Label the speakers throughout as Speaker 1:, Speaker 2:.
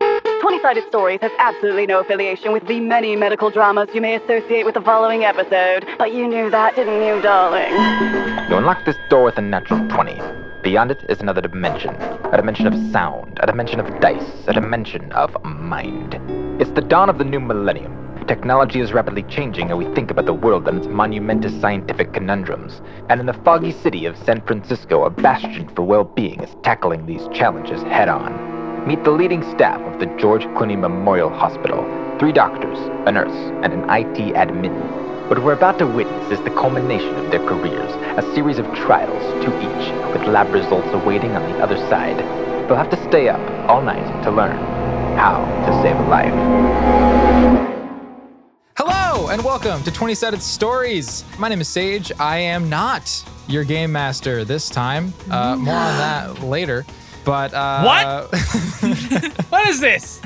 Speaker 1: 20 Sided Stories has absolutely no affiliation with the many medical dramas you may associate with the following episode. But you knew that, didn't you, darling?
Speaker 2: You unlock this door with a natural 20. Beyond it is another dimension. A dimension of sound, a dimension of dice, a dimension of mind. It's the dawn of the new millennium. Technology is rapidly changing how we think about the world and its monumentous scientific conundrums. And in the foggy city of San Francisco, a bastion for well being is tackling these challenges head on. Meet the leading staff of the George Clooney Memorial Hospital three doctors, a nurse, and an IT admin. What we're about to witness is the culmination of their careers, a series of trials, two each, with lab results awaiting on the other side. They'll have to stay up all night to learn how to save a life.
Speaker 3: Hello and welcome to 20 Sided Stories. My name is Sage. I am not your game master this time. Uh, more on that later. But uh,
Speaker 4: What is this?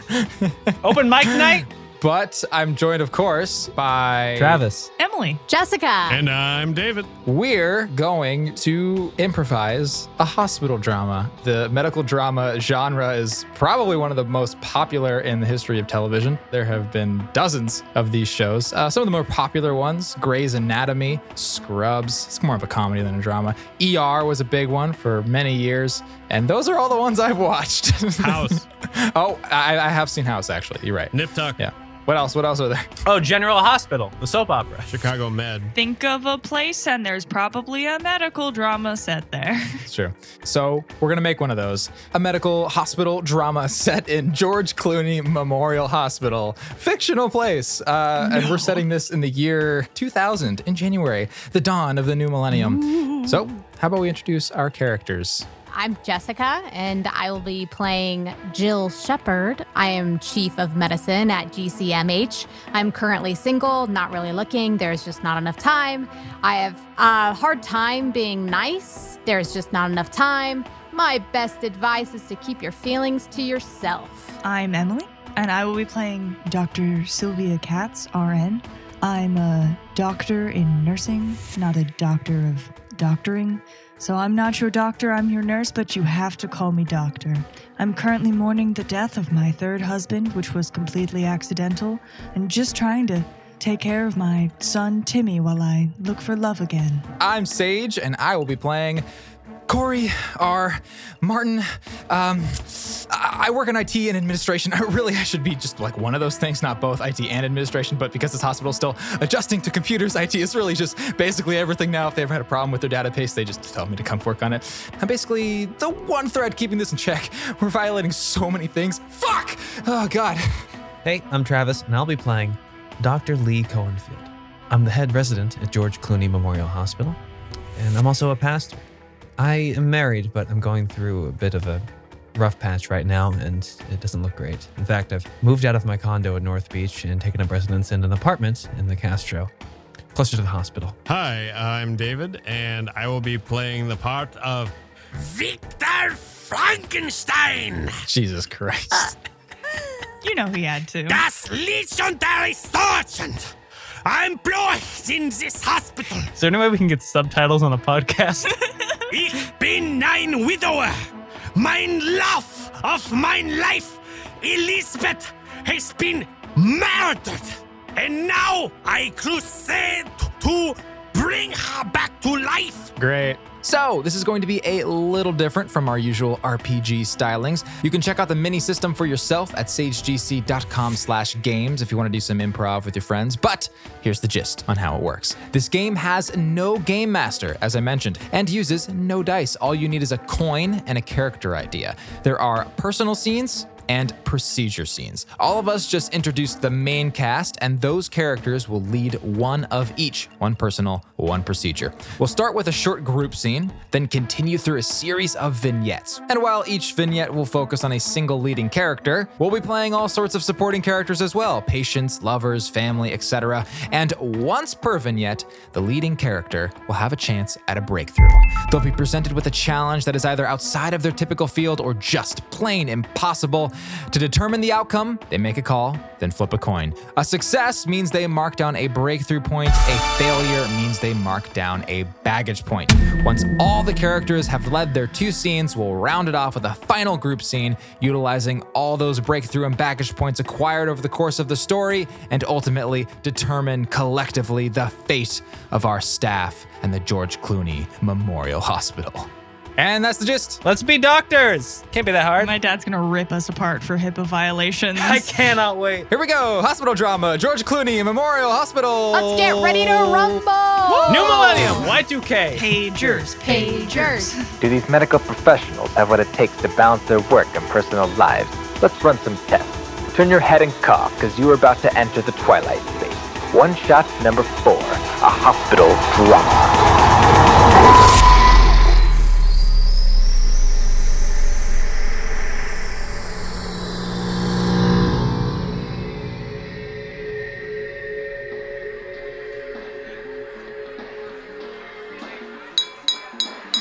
Speaker 4: Open mic night?
Speaker 3: But I'm joined, of course, by
Speaker 5: Travis.
Speaker 6: Emily.
Speaker 7: Jessica.
Speaker 8: And I'm David.
Speaker 3: We're going to improvise a hospital drama. The medical drama genre is probably one of the most popular in the history of television. There have been dozens of these shows. Uh, some of the more popular ones Grey's Anatomy, Scrubs. It's more of a comedy than a drama. ER was a big one for many years. And those are all the ones I've watched.
Speaker 8: House.
Speaker 3: oh, I, I have seen House, actually. You're right.
Speaker 8: Nip Tuck.
Speaker 3: Yeah. What else? What else are there?
Speaker 4: Oh, General Hospital, the soap opera.
Speaker 8: Chicago Med.
Speaker 6: Think of a place, and there's probably a medical drama set there.
Speaker 3: It's true. So we're gonna make one of those. A medical hospital drama set in George Clooney Memorial Hospital, fictional place. Uh, And we're setting this in the year 2000 in January, the dawn of the new millennium. So how about we introduce our characters?
Speaker 7: I'm Jessica, and I will be playing Jill Shepard. I am Chief of Medicine at GCMH. I'm currently single, not really looking. There's just not enough time. I have a hard time being nice. There's just not enough time. My best advice is to keep your feelings to yourself.
Speaker 6: I'm Emily, and I will be playing Dr. Sylvia Katz, RN. I'm a doctor in nursing, not a doctor of doctoring. So I'm not your doctor, I'm your nurse, but you have to call me doctor. I'm currently mourning the death of my third husband, which was completely accidental, and just trying to take care of my son Timmy while I look for love again.
Speaker 3: I'm Sage, and I will be playing Corey R. Martin. Um, I I work in IT and administration. I really, I should be just like one of those things, not both IT and administration. But because this hospital is still adjusting to computers, IT is really just basically everything now. If they ever had a problem with their database, they just tell me to come work on it. I'm basically the one thread keeping this in check. We're violating so many things. Fuck! Oh god.
Speaker 5: Hey, I'm Travis, and I'll be playing Dr. Lee Cohenfield. I'm the head resident at George Clooney Memorial Hospital, and I'm also a pastor. I am married, but I'm going through a bit of a rough patch right now, and it doesn't look great. In fact, I've moved out of my condo in North Beach and taken up residence in an apartment in the Castro, closer to the hospital.
Speaker 8: Hi, I'm David, and I will be playing the part of Victor Frankenstein.
Speaker 3: Jesus Christ.
Speaker 6: You know he had to.
Speaker 8: Das legendary sergeant. Employed in this hospital.
Speaker 4: Is there any way we can get subtitles on a podcast?
Speaker 8: Ich bin ein Widower. Mein Lauf of mein Life, Elisabeth, has been murdered. And now I crusade to bring her back to life.
Speaker 3: Great. So, this is going to be a little different from our usual RPG stylings. You can check out the mini system for yourself at sagegc.com slash games if you want to do some improv with your friends. But here's the gist on how it works. This game has no game master, as I mentioned, and uses no dice. All you need is a coin and a character idea. There are personal scenes, and procedure scenes. All of us just introduced the main cast, and those characters will lead one of each one personal, one procedure. We'll start with a short group scene, then continue through a series of vignettes. And while each vignette will focus on a single leading character, we'll be playing all sorts of supporting characters as well patients, lovers, family, etc. And once per vignette, the leading character will have a chance at a breakthrough. They'll be presented with a challenge that is either outside of their typical field or just plain impossible, To determine the outcome, they make a call, then flip a coin. A success means they mark down a breakthrough point, a failure means they mark down a baggage point. Once all the characters have led their two scenes, we'll round it off with a final group scene, utilizing all those breakthrough and baggage points acquired over the course of the story, and ultimately determine collectively the fate of our staff and the George Clooney Memorial Hospital. And that's the gist.
Speaker 9: Let's be doctors. Can't be that hard.
Speaker 6: My dad's gonna rip us apart for HIPAA violations.
Speaker 9: I cannot wait.
Speaker 3: Here we go. Hospital drama. George Clooney Memorial Hospital.
Speaker 7: Let's get ready to rumble.
Speaker 9: New Millennium, Y2K.
Speaker 6: Pagers, pagers.
Speaker 2: Do these medical professionals have what it takes to balance their work and personal lives? Let's run some tests. Turn your head and cough, because you are about to enter the twilight phase. One shot number four, a hospital drama.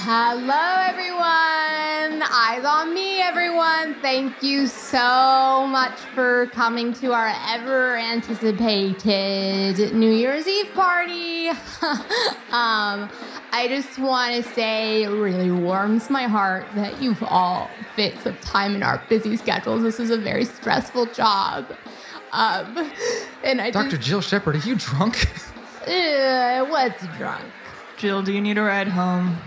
Speaker 7: Hello, everyone. Eyes on me, everyone. Thank you so much for coming to our ever anticipated New Year's Eve party. um, I just want to say it really warms my heart that you've all fit some time in our busy schedules. This is a very stressful job. Um, and I
Speaker 3: Dr. Jill Shepard, are you drunk?
Speaker 7: just, uh, what's drunk?
Speaker 6: Jill, do you need a ride home?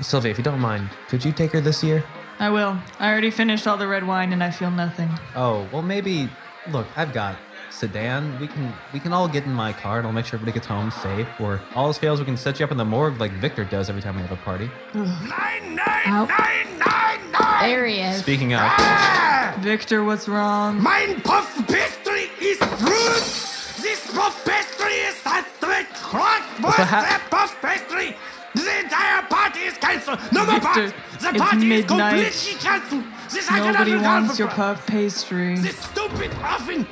Speaker 5: Sylvia, if you don't mind, could you take her this year?
Speaker 6: I will. I already finished all the red wine and I feel nothing.
Speaker 5: Oh, well maybe look, I've got sedan. We can we can all get in my car and I'll make sure everybody gets home safe. Or all else fails, we can set you up in the morgue like Victor does every time we have a party.
Speaker 8: Nine, nine,
Speaker 7: Oh.
Speaker 8: nine, nine, nine.
Speaker 7: There he is.
Speaker 5: Speaking of
Speaker 8: Ah!
Speaker 6: Victor, what's wrong?
Speaker 8: Mein puff pastry is rude. This puff pastry is a straight cross. What's
Speaker 5: hap-
Speaker 8: that puff pastry? The entire party is cancelled. No more
Speaker 6: Victor,
Speaker 8: part. The
Speaker 6: it's
Speaker 8: party is
Speaker 6: midnight.
Speaker 8: completely cancelled. This I cannot
Speaker 6: Nobody
Speaker 8: recover
Speaker 6: wants your
Speaker 8: from.
Speaker 6: puff pastry.
Speaker 8: This stupid oven.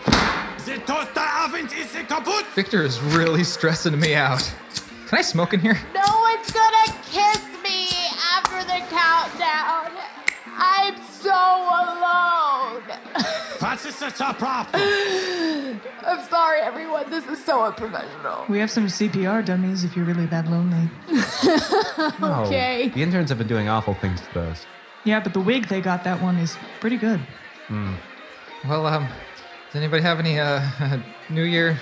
Speaker 8: The toaster oven is a kaput.
Speaker 3: Victor is really stressing me out. Can I smoke in here?
Speaker 7: No one's gonna kiss me after the countdown. I'm so alone.
Speaker 8: What is such a problem?
Speaker 7: I'm sorry, everyone. This is so unprofessional.
Speaker 6: We have some CPR dummies if you're really that lonely.
Speaker 5: No,
Speaker 7: Okay.
Speaker 5: the interns have been doing awful things to those.
Speaker 6: Yeah, but the wig they got that one is pretty good.
Speaker 5: Hmm.
Speaker 3: Well, um, does anybody have any uh, New Year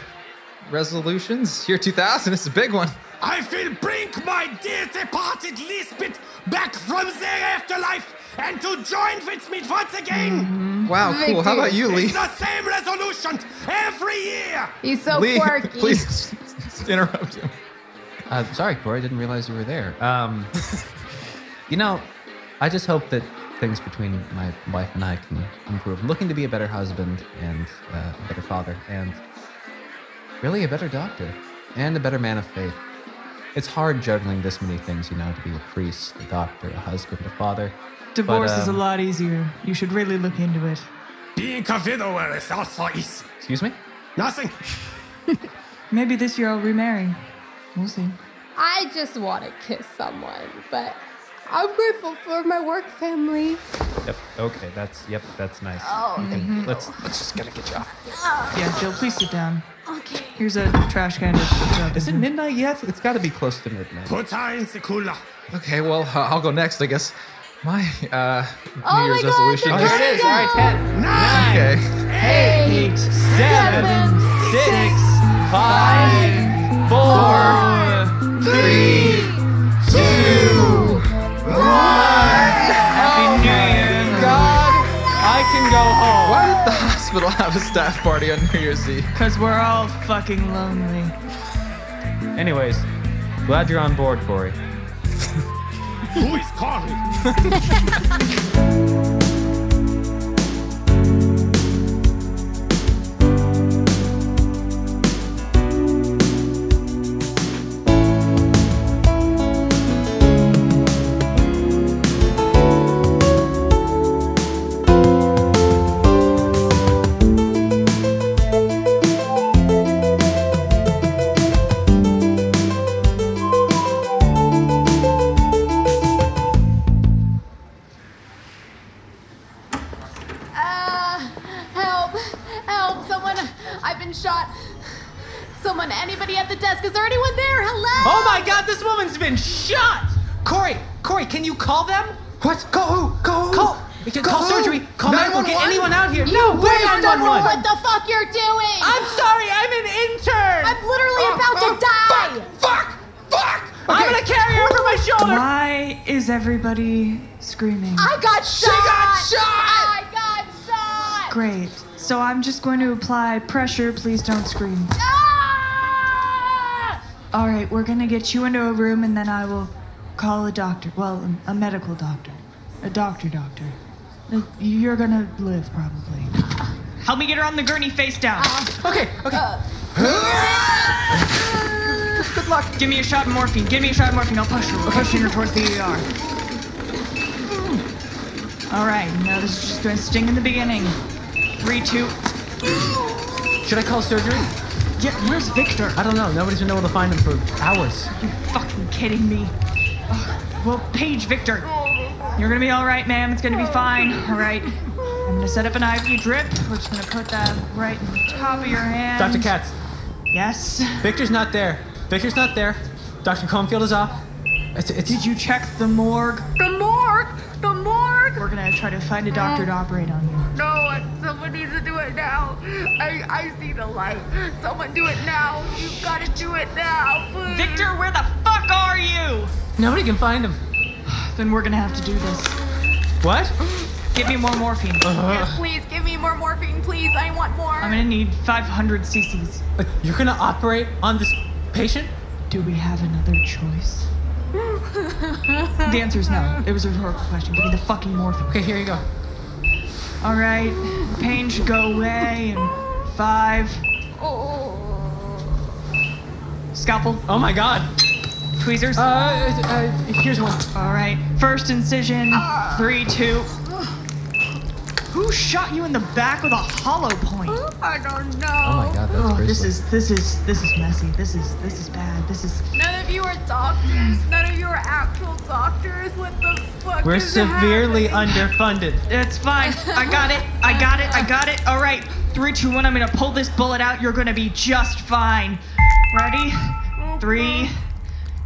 Speaker 3: resolutions? Year 2000, it's a big one.
Speaker 8: I will bring my dear departed Lisbeth back from their afterlife and to join with me once again.
Speaker 3: Mm-hmm. Wow, cool. How about you, Lee?
Speaker 8: It's the same resolution every year.
Speaker 7: He's so
Speaker 3: Lee,
Speaker 7: quirky.
Speaker 3: please interrupt him.
Speaker 5: Uh, sorry, Corey, I didn't realize you were there. Um, you know, I just hope that things between my wife and I can improve. I'm looking to be a better husband and uh, a better father and really a better doctor and a better man of faith. It's hard juggling this many things, you know, to be a priest, a doctor, a husband, a father.
Speaker 6: Divorce
Speaker 5: But,
Speaker 6: is a
Speaker 5: um,
Speaker 6: lot easier. You should really look into it.
Speaker 8: Being a widower is also easy.
Speaker 5: Excuse me?
Speaker 8: Nothing.
Speaker 6: Maybe this year I'll remarry. We'll see.
Speaker 7: I just want to kiss someone, but I'm grateful for my work family.
Speaker 5: Yep. Okay, that's yep, that's nice.
Speaker 7: Oh,
Speaker 5: okay. Let's let's just gotta get you off.
Speaker 6: Yeah, Jill, please sit down.
Speaker 7: Okay.
Speaker 6: Here's a trash can to pick up.
Speaker 5: Is it midnight yet? It's gotta be close to midnight.
Speaker 8: Put her in the cooler.
Speaker 3: Okay, well, uh, I'll go next, I guess. My uh,
Speaker 7: Oh my
Speaker 3: New Year's
Speaker 7: God,
Speaker 3: resolution.
Speaker 7: the
Speaker 3: Here it is.
Speaker 7: countdown.
Speaker 3: All right, 10. Okay.
Speaker 7: Eight, seven, six, five, four, three, two.
Speaker 9: Happy New Year.
Speaker 3: God,
Speaker 9: I can go home.
Speaker 3: why did the hospital have a staff party on New Year's Eve?
Speaker 6: Because we're all Oh, fucking lonely.
Speaker 5: Anyways, glad you're on board, Corey.
Speaker 8: Who is calling?
Speaker 7: Uh, I've been shot. Someone, anybody at the desk? Is there anyone there? Hello?
Speaker 10: Oh my god, this woman's been shot! Corey, Corey, can you call them?
Speaker 11: What? Call who? Call who?
Speaker 10: Call, we can call surgery, call medical, get
Speaker 11: 911?
Speaker 10: anyone out here.
Speaker 7: You
Speaker 10: no, we're
Speaker 7: weirdo!
Speaker 10: 911!
Speaker 7: What the fuck you're doing?
Speaker 10: I'm sorry, I'm an intern!
Speaker 7: I'm literally about to
Speaker 12: Oh,
Speaker 7: die.
Speaker 11: Fuck! Fuck!
Speaker 10: I'm gonna carry her over my shoulder!
Speaker 6: Why is everybody screaming?
Speaker 7: I got shot.
Speaker 11: got shot.
Speaker 7: I got shot.
Speaker 6: Great. So I'm just going to apply pressure. Please don't scream.
Speaker 7: Ah!
Speaker 6: All right, we're gonna get you into a room and then I will call a doctor. Well, a medical doctor. A doctor doctor. Uh, You're gonna live, probably. Help me get her on the gurney face down.
Speaker 13: Uh,
Speaker 10: Okay, okay. Good luck.
Speaker 6: Give me a shot of morphine. Give me a shot of morphine. I'll push her. We're pushing her towards the ER. All right, now this is just gonna sting in the beginning. Three, two.
Speaker 10: Should I call surgery?
Speaker 6: Yeah, where's Victor?
Speaker 10: I don't know. Nobody's been able to find him for hours.
Speaker 6: You fucking kidding me? Ugh, Well, Paige, Victor, you're gonna be all right, ma'am. It's gonna be fine. All right. I'm gonna set up an IV drip. We're just gonna put that right in the top of your hand.
Speaker 10: Dr. Katz,
Speaker 6: Yes.
Speaker 10: Victor's not there. Victor's not there. Dr. Comfield is off. It's, it's,
Speaker 6: Did you check the morgue?
Speaker 12: The morgue! The morgue! Uh.
Speaker 6: We're gonna try to find a doctor to operate on you.
Speaker 12: No, I- someone needs to do it now. I, I see the light. Someone do it now. You gotta do it now, please.
Speaker 6: where the fuck are you?
Speaker 10: Nobody can find him.
Speaker 6: Then we're gonna have to do this.
Speaker 10: What? Uh-huh.
Speaker 6: Give me more morphine.
Speaker 12: Yes, please give me more morphine, please. I want more.
Speaker 6: I'm gonna need 500 cc's.
Speaker 10: Like, You're gonna operate on this patient?
Speaker 6: Do we have another choice? the answer is no. It was a rhetorical question. Give me the fucking morphine.
Speaker 10: Okay, here you go.
Speaker 6: All right, pain should go away in five.
Speaker 9: Oh.
Speaker 6: Scalpel,
Speaker 10: Oh my god.
Speaker 6: tweezers.
Speaker 10: Uh, uh here's one.
Speaker 6: All right, first incision, three, two. Who shot you in the back with a hollow point?
Speaker 12: I don't know.
Speaker 5: god, that's
Speaker 6: Oh, this is this is this is messy. This is this is bad. This is
Speaker 12: None of you are doctors. None of you are actual doctors. What the fuck
Speaker 10: We're
Speaker 12: is
Speaker 10: severely
Speaker 12: happening?
Speaker 10: underfunded.
Speaker 6: it's fine. I got it. I got it. I got it. All right, three, two, one. I'm gonna pull this bullet out. You're gonna be just fine. Ready? Three,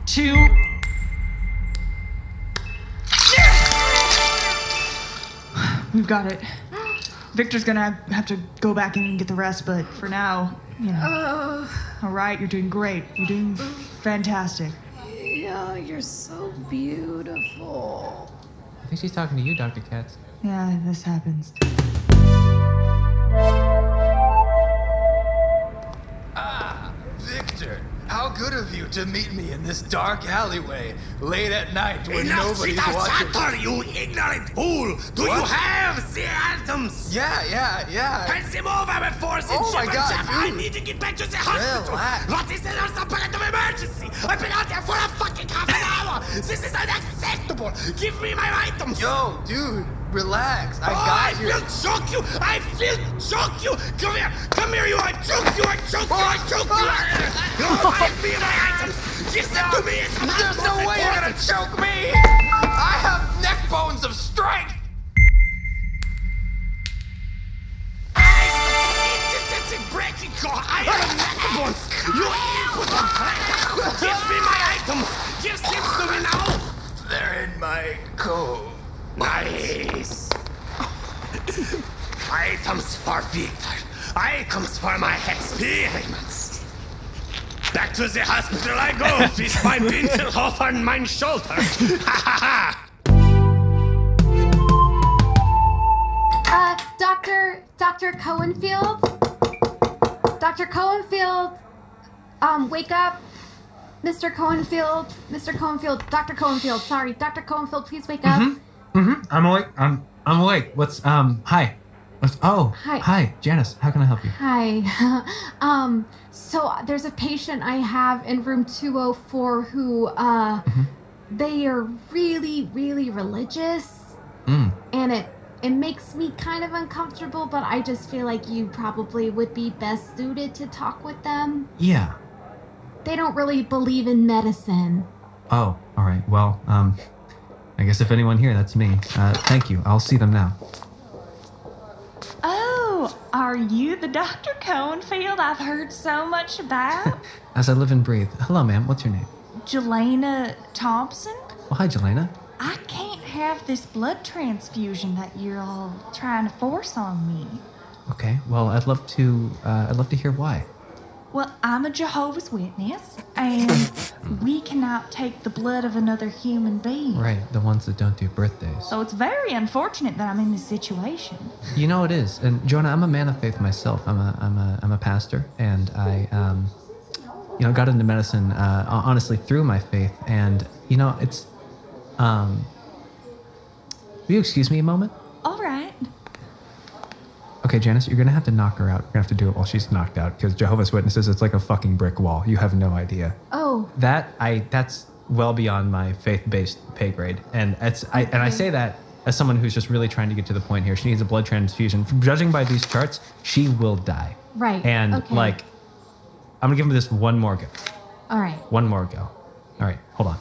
Speaker 6: two. We've got it. Victor's gonna have to go back in and get the rest, but for now, you know. All right, you're doing great. You're doing fantastic.
Speaker 12: Yeah, you're so beautiful.
Speaker 10: I think she's talking to you, Dr. Katz.
Speaker 6: Yeah, this happens.
Speaker 11: Victor, how good of you to meet me in this dark alleyway late at night when
Speaker 8: Enough
Speaker 11: nobody's
Speaker 8: with the
Speaker 11: watching.
Speaker 8: chatter, you ignorant fool! Do you
Speaker 11: What?
Speaker 8: have the atoms?
Speaker 11: Yeah, yeah, yeah.
Speaker 8: Pass him over before the
Speaker 11: Oh my
Speaker 8: shepherd
Speaker 11: God,
Speaker 8: chap- I
Speaker 11: dude.
Speaker 8: need to get back to the hospital!
Speaker 11: Relax.
Speaker 8: What is the nurse apparent of emergency? I've been out there for a fucking half an hour! This is unacceptable! Give me my items!
Speaker 11: Yo, dude, relax. I
Speaker 8: Oh,
Speaker 11: got you.
Speaker 8: I will choke you! I will choke you! Come here! Come here, you! I choke you! I choke you! I choke you! Oh, give me my items! Give them to me! It's
Speaker 11: There's no way you're gonna choke me! I have neck bones of strength!
Speaker 8: I succeeded in breaking your iron bones! You put on Give me my items! Give them to me now!
Speaker 11: They're in my coat.
Speaker 8: Nice! items for Victor! Items for my experiments! Back to the hospital I go with my Pinselhof on my shoulder! Ha ha ha!
Speaker 7: Uh, Doctor, Doctor Cohenfield, Doctor Cohenfield, um, wake up, Mr. Cohenfield, Mr. Cohenfield, Doctor Cohenfield. Sorry, Doctor Cohenfield, please wake up.
Speaker 5: Mm-hmm. I'm awake. I'm I'm awake. What's um? Hi. What's oh?
Speaker 7: Hi.
Speaker 5: Hi, Janice. How can I help you?
Speaker 7: Hi. um, so there's a patient I have in room 204 who, uh,
Speaker 9: Mm-hmm.
Speaker 7: they are really, really religious. And it, it makes me kind of uncomfortable, but I just feel like you probably would be best suited to talk with them.
Speaker 5: Yeah.
Speaker 7: They don't really believe in medicine.
Speaker 5: Oh. All right. Well. Um. I guess if anyone here, that's me. Uh, thank you. I'll see them now.
Speaker 6: Oh, all
Speaker 13: Are you the Dr. Cohenfield I've heard so much about?
Speaker 5: As I live and breathe. Hello, ma'am. What's your name?
Speaker 13: Jelena Thompson?
Speaker 5: Well, hi, Jelena.
Speaker 13: I can't have this blood transfusion that you're all trying to force on me.
Speaker 5: Okay. Well, I'd love to. Uh, I'd love to hear why.
Speaker 13: Well, I'm a Jehovah's Witness, and we cannot take the blood of another human being.
Speaker 5: Right. The ones that don't do birthdays.
Speaker 13: So it's very unfortunate that I'm in this situation.
Speaker 5: You know it is. And Jonah, I'm a man of faith myself. I'm a I'm a I'm a pastor, and I um, you know, got into medicine uh, honestly through my faith. And you know, it's um, will you excuse me a moment?
Speaker 13: All right.
Speaker 5: Okay, Janice, you're gonna have to knock her out. You're gonna have to do it while she's knocked out because Jehovah's Witnesses, it's like a fucking brick wall. You have no idea.
Speaker 7: Oh.
Speaker 5: That I that's well beyond my faith-based pay grade, and it's I and I
Speaker 7: Mm.
Speaker 5: say that as someone who's just really trying to get to the point here. She needs a blood transfusion. From judging by these charts, she will die.
Speaker 7: Right.
Speaker 5: And
Speaker 7: okay.
Speaker 5: like, I'm gonna give him this one more go.
Speaker 7: All right.
Speaker 5: One more go. All right, hold on.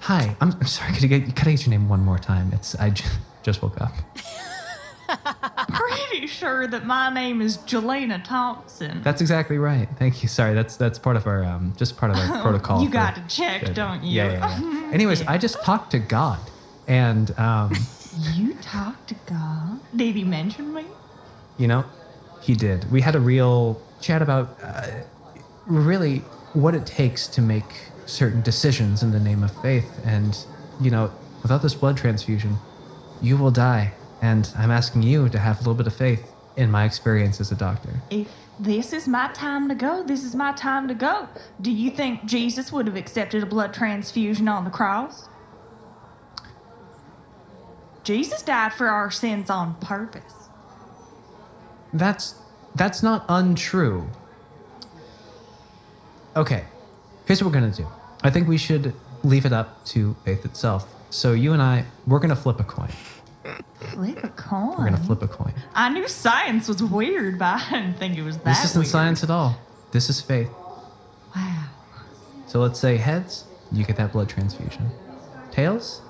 Speaker 5: Hi, I'm, I'm sorry. Could I get could I get your name one more time? It's I j- just woke up.
Speaker 13: Pretty sure that my name is Jelena Thompson.
Speaker 5: That's exactly right. Thank you. Sorry, that's that's part of our um, just part of our protocol.
Speaker 13: You
Speaker 5: for-
Speaker 13: gotta check, don't you?
Speaker 5: Yeah, yeah, yeah. Anyways, I just talked to God, and um,
Speaker 13: You talked to God? Did he mention me?
Speaker 5: you know, He did. We had a real chat about uh, really what it takes to make certain decisions in the name of faith, and you know, without this blood transfusion, you will die. And I'm asking you to have a little bit of faith in my experience as a doctor.
Speaker 13: If this is my time to go, this is my time to go. Do you think Jesus would have accepted a blood transfusion on the cross? Jesus died for our sins on purpose.
Speaker 5: That's that's not untrue. Okay, here's what we're gonna do. I think we should leave it up to faith itself. So you and I, we're gonna flip a coin.
Speaker 13: Flip a coin.
Speaker 5: We're gonna flip a coin.
Speaker 13: I knew science was weird, but I didn't think it was that
Speaker 5: this isn't
Speaker 13: weird.
Speaker 5: science at all. This is faith.
Speaker 13: Wow.
Speaker 5: So let's say heads, you get that blood transfusion. Tails,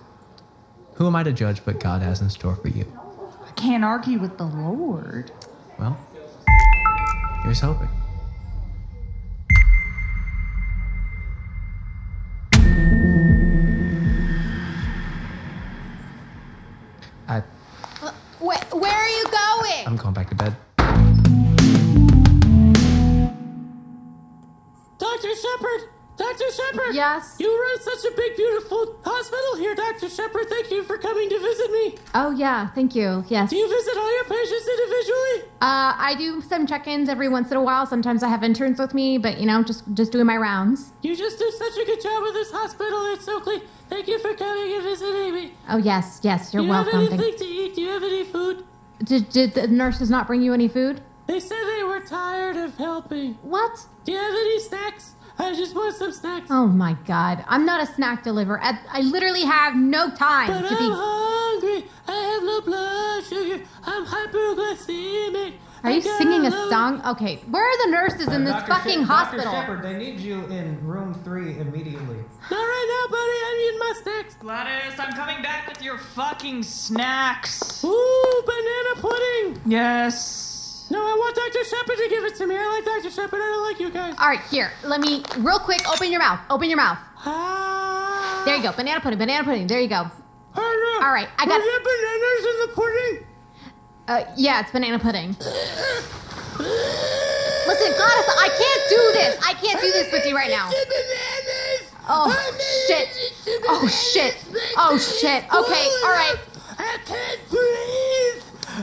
Speaker 5: who am I to judge but God has in store for you?
Speaker 13: I can't argue with the Lord.
Speaker 5: Well, here's hoping. I,
Speaker 7: Uh, Where, where are you going?
Speaker 5: I'm going back to bed.
Speaker 9: Dr. Shepard! Dr. Shepard!
Speaker 7: Yes.
Speaker 9: You run such a big, beautiful hospital here, Dr. Shepard. Thank you for coming to visit me.
Speaker 7: Oh yeah, thank you. Yes.
Speaker 9: Do you visit all your patients individually?
Speaker 7: Uh, I do some check-ins every once in a while. Sometimes I have interns with me, but you know, just just doing my rounds.
Speaker 9: You just do such a good job with this hospital. It's so clean. Thank you for coming and visiting me.
Speaker 7: Oh yes, yes, you're
Speaker 9: Do you
Speaker 7: welcome.
Speaker 9: have
Speaker 7: Thank-
Speaker 9: anything to eat? Do you have any food?
Speaker 7: Did, did the nurses not bring you any food?
Speaker 9: They said they were tired of helping.
Speaker 7: What?
Speaker 9: Do you have any snacks? I just want some snacks.
Speaker 7: Oh my god, I'm not a snack deliverer. I, I literally have no time
Speaker 9: But
Speaker 7: to
Speaker 9: I'm
Speaker 7: be.
Speaker 9: hungry. I have low blood sugar. I'm hyperglycemic.
Speaker 7: Are you singing a song? Okay, where are the nurses in this
Speaker 10: Dr.
Speaker 7: fucking
Speaker 10: Shep-
Speaker 7: hospital?
Speaker 10: Dr. Shepard, they need you in room three immediately.
Speaker 9: Not right now, buddy. I need my snacks.
Speaker 6: Gladys, I'm coming back with your fucking snacks.
Speaker 9: Ooh, banana pudding.
Speaker 6: Yes.
Speaker 9: No, I want Dr. Shepard to give it to me. I like Dr. Shepard. I don't like you guys.
Speaker 7: All right, here. Let me real quick. Open your mouth. Open your mouth.
Speaker 9: Ah.
Speaker 7: There you go. Banana pudding. Banana pudding. There you go. All right, I got.
Speaker 9: bananas in the pudding?
Speaker 7: Uh, yeah, it's banana pudding. Listen, Gladys, I can't do this. I can't do this with you right now. Oh shit. Oh shit. Oh shit. Okay. All right.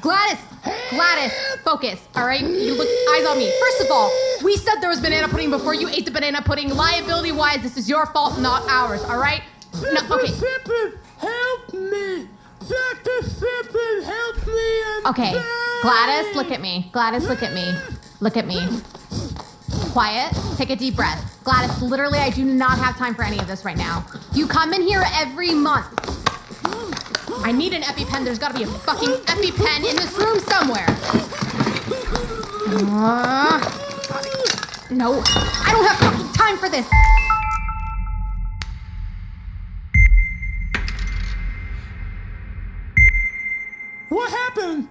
Speaker 7: Gladys, Gladys, focus. All right, you look eyes on me. First of all, we said there was banana pudding before you ate the banana pudding. Liability-wise, this is your fault, not ours. All right? No, okay.
Speaker 9: help me. Dr. Shepard, help me. I'm
Speaker 7: Okay, Gladys, look at me. Gladys, look at me. Look at me. Quiet. Take a deep breath. Gladys, literally, I do not have time for any of this right now. You come in here every month. I need an EpiPen. There's got to be a fucking EpiPen in this room somewhere. Uh, no, I don't have fucking time for this.
Speaker 9: What happened?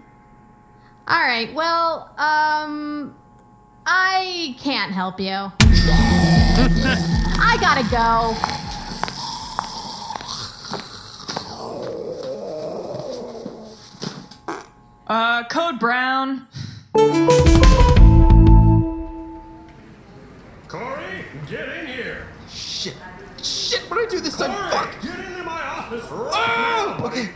Speaker 7: All right. Well, um, I can't help you. I gotta go.
Speaker 6: Uh, Code Brown.
Speaker 11: Corey, get in here. Shit. Shit, what did I do this time? Fuck. Get into my office right now. Okay.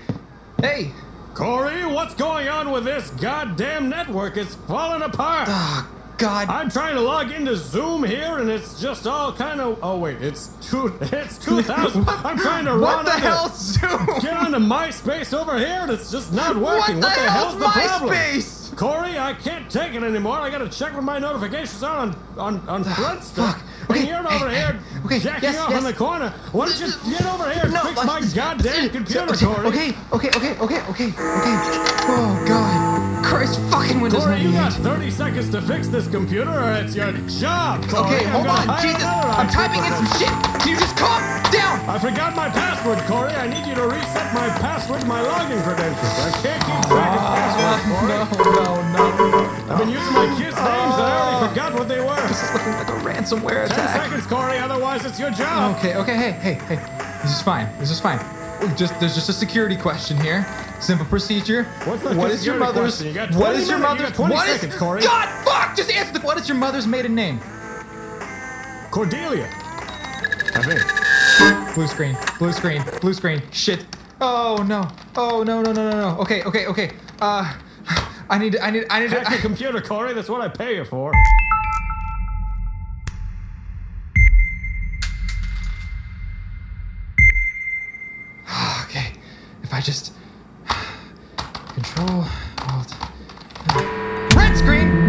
Speaker 11: Hey.
Speaker 8: Corey, what's going on with this goddamn network? It's falling apart. Oh,
Speaker 11: Ah, God.
Speaker 8: I'm trying to log into Zoom here, and it's just all kind of. Oh wait, it's two. It's two thousand. I'm trying to
Speaker 11: What
Speaker 8: run.
Speaker 11: the
Speaker 8: onto-
Speaker 11: hell's Zoom?
Speaker 8: Get onto MySpace over here, and it's just not
Speaker 11: What
Speaker 8: working. What,
Speaker 11: the hell's
Speaker 8: the problem?
Speaker 11: MySpace?
Speaker 8: Corey, I can't take it anymore. I gotta check what my notifications are on on
Speaker 11: Ah,
Speaker 8: on Friendster. Okay, and you're over here jacking
Speaker 11: yes,
Speaker 8: off
Speaker 11: yes.
Speaker 8: in the corner. Why don't you get over here and
Speaker 11: No,
Speaker 8: fix
Speaker 11: I-
Speaker 8: my goddamn computer, Corey?
Speaker 11: Okay, okay, okay, okay, okay, okay. Oh God, Christ, fucking Windows
Speaker 8: Corey, you
Speaker 11: 98.
Speaker 8: got 30 seconds to fix this computer, or it's your job. Corey.
Speaker 11: Okay,
Speaker 8: I'm
Speaker 11: hold
Speaker 8: gonna
Speaker 11: on,
Speaker 8: hire
Speaker 11: Jesus,
Speaker 8: another
Speaker 11: I'm
Speaker 8: IT
Speaker 11: typing in some
Speaker 8: professional.
Speaker 11: shit. Can you just calm down?
Speaker 8: I forgot my password, Corey. I need you to reset my password, and my login credentials. I can't keep track of
Speaker 3: Ah,
Speaker 8: passwords, Corey. No, no, no. I've been using my kids' names,
Speaker 3: Ah.
Speaker 8: and I already forgot what they were. This is looking like a ransomware
Speaker 11: attack.
Speaker 8: Ten seconds, Corey. Otherwise, it's your job.
Speaker 3: Okay, okay, hey, hey, hey. This is fine. This is fine. Just there's just a security question here. Simple procedure.
Speaker 11: What's the
Speaker 3: what is your
Speaker 11: security
Speaker 3: mother's?
Speaker 11: question? You got
Speaker 3: what
Speaker 11: 20
Speaker 3: is your
Speaker 11: minutes, you got
Speaker 3: mother's?
Speaker 11: 20
Speaker 3: what is-
Speaker 11: seconds, Corey.
Speaker 3: God fuck! Just answer the. What is your mother's maiden name?
Speaker 8: Cordelia. I
Speaker 3: think. Blue screen. Blue screen. Blue screen. Shit. Oh no. Oh no no no no no. Okay okay okay. Uh, I need I need I need.
Speaker 8: Hack your computer, Corey. That's what I pay you for.
Speaker 3: Okay, if I just control alt. Red screen.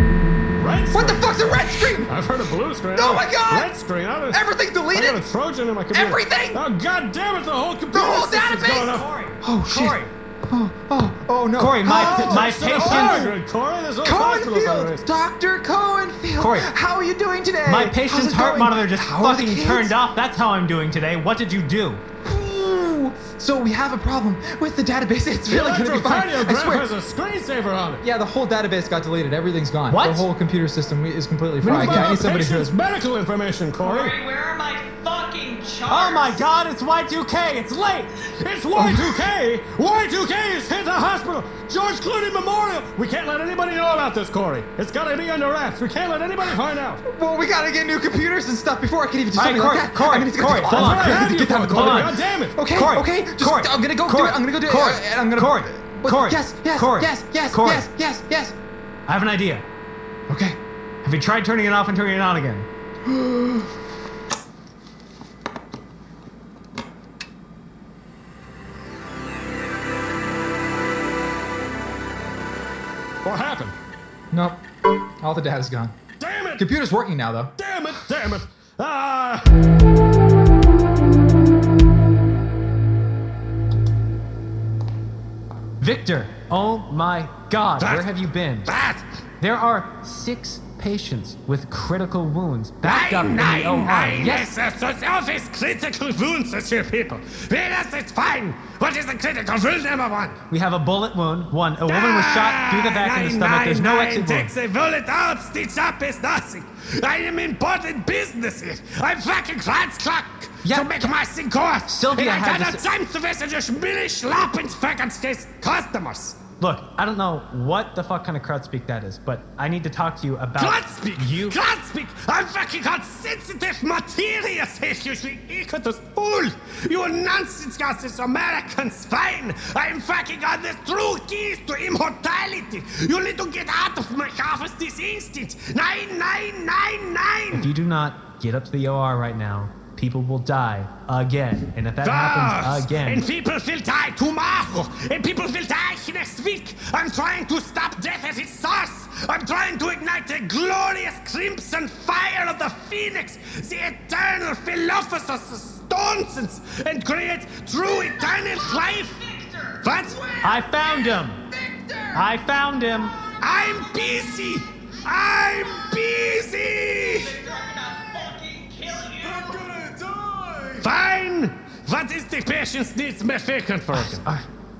Speaker 8: Red
Speaker 3: What the fuck's a red screen?
Speaker 8: I've heard of blue screen.
Speaker 3: Oh my God!
Speaker 8: Red screen. I don't-
Speaker 3: Everything deleted?
Speaker 8: I got a Trojan in my computer.
Speaker 3: Everything?
Speaker 8: Oh god damn it! The whole computer.
Speaker 3: whole
Speaker 8: system's
Speaker 3: database!
Speaker 8: Going up.
Speaker 3: Oh shit.
Speaker 8: Corey.
Speaker 3: Oh, oh, oh no.
Speaker 8: Corey, my-
Speaker 3: oh,
Speaker 8: my
Speaker 3: oh,
Speaker 8: patience-
Speaker 3: oh.
Speaker 8: Corey, there's all hospitals on the
Speaker 3: Cohenfield,
Speaker 8: list.
Speaker 3: oh, Doctor Cohenfield.
Speaker 5: Corey.
Speaker 3: how are you doing today?
Speaker 5: My
Speaker 3: How's
Speaker 5: patient's
Speaker 3: it
Speaker 5: heart
Speaker 3: going?
Speaker 5: monitor just
Speaker 3: How are the
Speaker 5: fucking
Speaker 3: kids?
Speaker 5: turned off. That's how I'm doing today. What did you do?
Speaker 3: Ooh, So we have a problem with the database. It's
Speaker 5: The
Speaker 3: really gonna be fine. I
Speaker 8: electrocardiograph
Speaker 3: swear.
Speaker 8: has a screensaver on it.
Speaker 3: Yeah, the whole database got deleted. Everything's gone.
Speaker 8: What?
Speaker 3: The whole computer system is completely
Speaker 8: What
Speaker 3: fried.
Speaker 8: about
Speaker 3: Yeah, I
Speaker 8: our
Speaker 3: need somebody who
Speaker 8: patient's medical information, Corey?
Speaker 3: where are my fucking charts?
Speaker 5: Oh my god, it's Y2K. It's late.
Speaker 8: It's Y2K! Y2K is hit the hospital! George Clooney Memorial! We can't let anybody know about this, Corey. It's gotta be under wraps. We can't let anybody find out.
Speaker 3: Well, we gotta get new computers and stuff before I can even do
Speaker 8: All right,
Speaker 3: something
Speaker 8: Corey,
Speaker 3: like that.
Speaker 8: Corey,
Speaker 3: I mean, it's gonna
Speaker 8: Corey,
Speaker 3: take a
Speaker 8: hold
Speaker 3: while.
Speaker 8: on.
Speaker 3: I have to get
Speaker 8: Hold
Speaker 3: that
Speaker 8: on.
Speaker 3: going.
Speaker 8: God damn it.
Speaker 3: Okay,
Speaker 5: Corey,
Speaker 3: okay. Just,
Speaker 5: Corey,
Speaker 3: I'm gonna go do
Speaker 5: Corey,
Speaker 3: it. I'm gonna go do it.
Speaker 5: Corey,
Speaker 3: I- I'm gonna.
Speaker 5: Corey,
Speaker 3: Wait,
Speaker 5: Corey,
Speaker 3: Yes, yes,
Speaker 5: Corey,
Speaker 3: yes, yes,
Speaker 5: Corey.
Speaker 3: yes, yes, yes.
Speaker 5: I have an idea. Okay. Have you tried turning it off and turning it on again?
Speaker 8: What happened?
Speaker 3: Nope. All the data's gone.
Speaker 8: Damn it!
Speaker 3: Computer's working now though.
Speaker 8: Damn it! Damn it! Ah!
Speaker 5: Victor, oh my god,
Speaker 8: That-
Speaker 5: where have you been?
Speaker 8: That!
Speaker 5: There are six patients with critical wounds backed up in the OR. yes,
Speaker 8: yes, yes, office critical wounds, your people. Yes, it's fine. What is the critical wound number one?
Speaker 5: we have a bullet wound. One, a woman was shot through the back of the stomach. There's no exit wound.
Speaker 8: takes a bullet out, stitch up is nothing. I am important business here. I'm fucking Kranz clock to make my thing court.
Speaker 5: Sylvia
Speaker 8: and I
Speaker 5: had
Speaker 8: cannot
Speaker 5: this-
Speaker 8: time to visit your schmilly schlappens fucking states customers.
Speaker 5: Look, I don't know what the fuck kind of crowd speak that is, but I need to talk to you about
Speaker 8: Cloud speak! You... Cloud speak! I'm fucking on sensitive material, says you ecotus fool! You nonsense got this American spine! I'm fucking on the true keys to immortality! You need to get out of my office this instant! Nine, nine, nine, nine!
Speaker 5: If you do not get up
Speaker 3: E
Speaker 5: to the OR right now, people will die again. And if that happens
Speaker 8: First,
Speaker 5: again,
Speaker 8: And people will die tomorrow. And people will die next week. I'm trying to stop death at its source. I'm trying to ignite the glorious crimson fire of the phoenix, the eternal philosophers, the stones, and create true eternal life. What?
Speaker 5: I found him. I found him.
Speaker 8: I'm busy. I'm busy. Fine. What is the patient's needs, my freaking person?
Speaker 5: All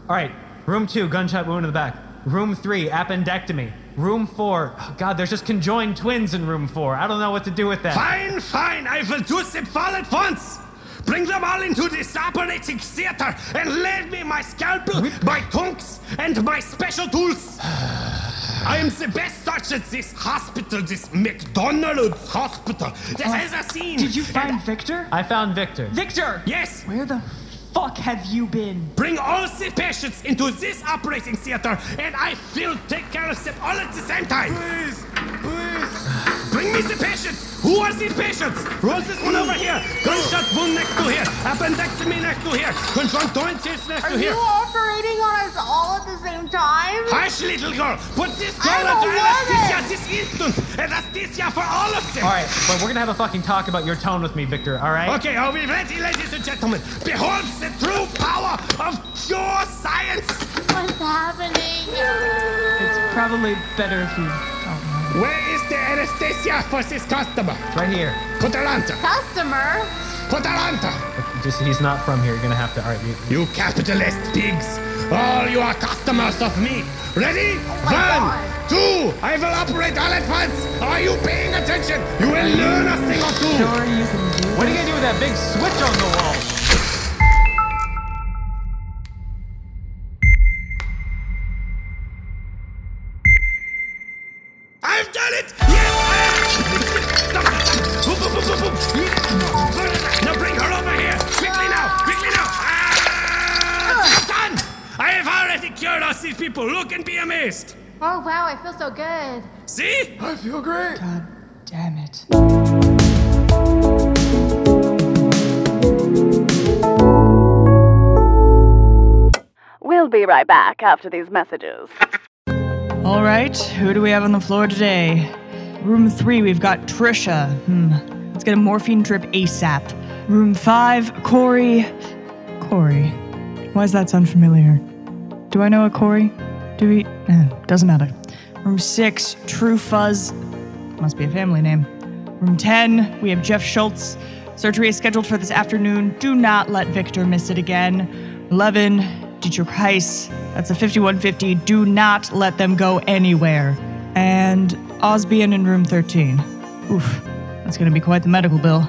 Speaker 5: right, room two, gunshot wound in the back.
Speaker 3: Room three, appendectomy. Room four, God, there's just conjoined twins in room four. I don't know what to do with that.
Speaker 8: Fine, fine, I will do it all at once. Bring them all into this operating theater and lend me my scalpel, my tongs, and my special tools. I am the best surgeon this hospital, this McDonald's hospital. This
Speaker 11: Oh,
Speaker 8: is a scene.
Speaker 13: Did you find Victor?
Speaker 3: I found Victor.
Speaker 13: Victor!
Speaker 8: Yes!
Speaker 13: Where the fuck have you been?
Speaker 8: Bring all the patients into this operating theater, and I will take care of them all at the same time. Please, please. Bring me the patients. Who are the patients? Roll this one over here. Gunshot wound next to here. Appendectomy next to here. Conjointitis next
Speaker 12: Are
Speaker 8: to
Speaker 12: you
Speaker 8: here.
Speaker 12: operating on us all at the same time?
Speaker 8: Hush, little girl. Put this girl
Speaker 12: I'm a
Speaker 8: under
Speaker 12: woman.
Speaker 8: anesthesia this instant. Anesthesia for all of them.
Speaker 3: All right, but we're gonna have a fucking talk about your tone with me, Victor. All right?
Speaker 8: Okay, are we ready, ladies and gentlemen? Behold the true power of pure science.
Speaker 12: What's happening?
Speaker 3: It's probably better if you.
Speaker 8: Where is the anesthesia for this customer?
Speaker 3: It's right here.
Speaker 8: Put her under.
Speaker 12: Customer?
Speaker 8: Put her under.
Speaker 3: Just he's not from here. You're gonna have to. All right. You,
Speaker 8: Capitalist pigs. All you are customers of me. Ready? One, two. I will operate all at once. Are you paying attention? You will learn a thing or two.
Speaker 3: What are you gonna do with that big switch on the wall?
Speaker 8: I've done it. Yes. I have. Stop. Boom, boom, boom, boom, boom. Now bring her over here. Quickly now. Quickly now. Ah, done. I have already cured all these people. Look and be amazed.
Speaker 7: Oh, wow, I feel so good.
Speaker 8: See? I feel great.
Speaker 13: God damn it.
Speaker 1: We'll be right back after these messages.
Speaker 6: All right, who do we have on the floor today? Room three, we've got Trisha. Hmm. Let's get a morphine drip ASAP. Room five, Corey. Corey. Why does that sound familiar? Do I know a Corey? Do we? Eh, doesn't matter. Room six, True Fuzz. Must be a family name. Room 10, we have Jeff Schultz. Surgery is scheduled for this afternoon. Do not let Victor miss it again. 11, Dietrich Heiss. That's a 5150. Do not let them go anywhere. And Osbian in room 13. Oof, that's going to be quite the medical bill.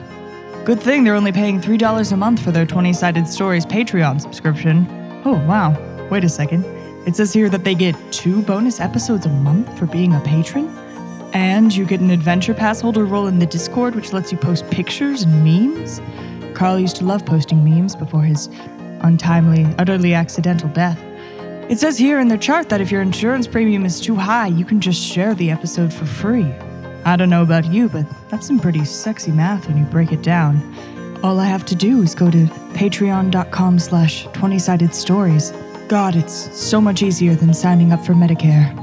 Speaker 6: Good thing they're only paying $3 a month for their 20 sided stories Patreon subscription. Oh, wow. Wait a second. It says here that they get two bonus episodes a month for being a patron? And you get an adventure pass holder role in the Discord, which lets you post pictures and memes. Carl used to love posting memes before his untimely, utterly accidental death. It says here in their chart that if your insurance premium is too high, you can just share the episode for free. I don't know about you, but that's some pretty sexy math when you break it down. All I have to do is go to patreon.com slash 20-sided stories. God, it's so much easier than signing up for Medicare.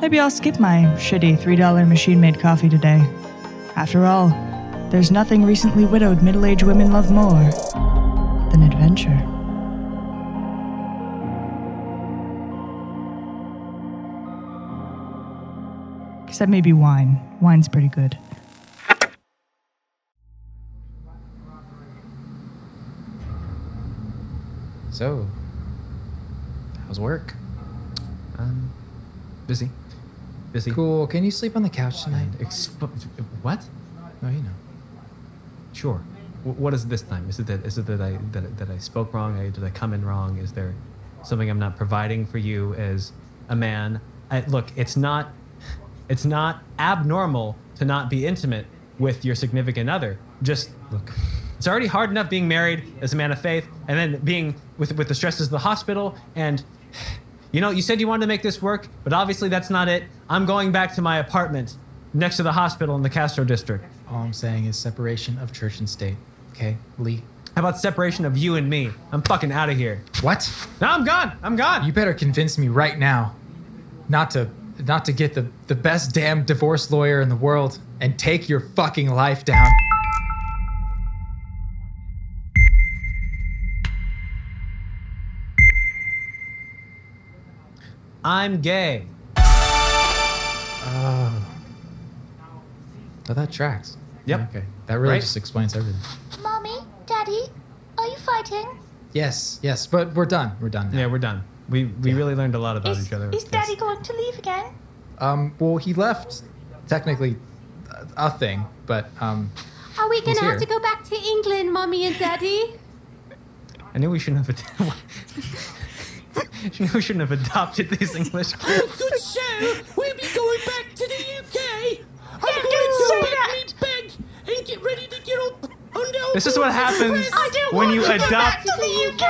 Speaker 6: Maybe I'll skip my shitty $3 machine made coffee today. After all, there's nothing recently widowed middle aged women love more than adventure. Except maybe wine. Wine's pretty good.
Speaker 5: So, how's work? Um, busy. Busy.
Speaker 3: Cool. Can you sleep on the couch tonight?
Speaker 5: what?
Speaker 3: No, you know.
Speaker 5: Sure. W- what is this time? Is it that is it that I that, that I spoke wrong? I, did I come in wrong? Is there something I'm not providing for you as a man? I, look, it's not it's not abnormal to not be intimate with your significant other. Just look. It's already hard enough being married as a man of faith, and then being with with the stresses of the hospital and. You know, you said you wanted to make this work, but obviously that's not it. I'm going back to my apartment next to the hospital in the Castro district.
Speaker 3: All I'm saying is separation of church and state. Okay, Lee.
Speaker 5: How about separation of you and me? I'm fucking out of here.
Speaker 3: What?
Speaker 5: No, I'm gone. I'm gone.
Speaker 3: You better convince me right now, not to not to get the the best damn divorce lawyer in the world and take your fucking life down.
Speaker 5: I'm gay.
Speaker 3: Oh. Oh, that tracks.
Speaker 5: Yep.
Speaker 3: Okay. That really
Speaker 5: Right?
Speaker 3: just explains everything.
Speaker 9: Mommy, Daddy, are you fighting?
Speaker 3: Yes, yes, but we're done. We're done. Now.
Speaker 5: Yeah, we're done. We we really learned a lot about
Speaker 14: Is,
Speaker 5: each other.
Speaker 14: is Daddy going to leave again?
Speaker 3: Um, well, he left technically a a thing, but um,
Speaker 9: Are we
Speaker 3: He's
Speaker 9: gonna
Speaker 3: here.
Speaker 9: have to go back to England, Mommy and Daddy?
Speaker 5: I knew we shouldn't have. Ad- I knew we shouldn't have adopted these English
Speaker 9: Oh,
Speaker 5: kids.
Speaker 9: good show! We'll be going back to the UK! I'm
Speaker 14: don't
Speaker 9: going
Speaker 14: say
Speaker 9: to pack
Speaker 14: that.
Speaker 9: me bag and get ready to get up on the
Speaker 5: This is what
Speaker 9: open
Speaker 5: happens
Speaker 9: express.
Speaker 5: when you
Speaker 9: to go back
Speaker 5: adopt.
Speaker 9: to the UK!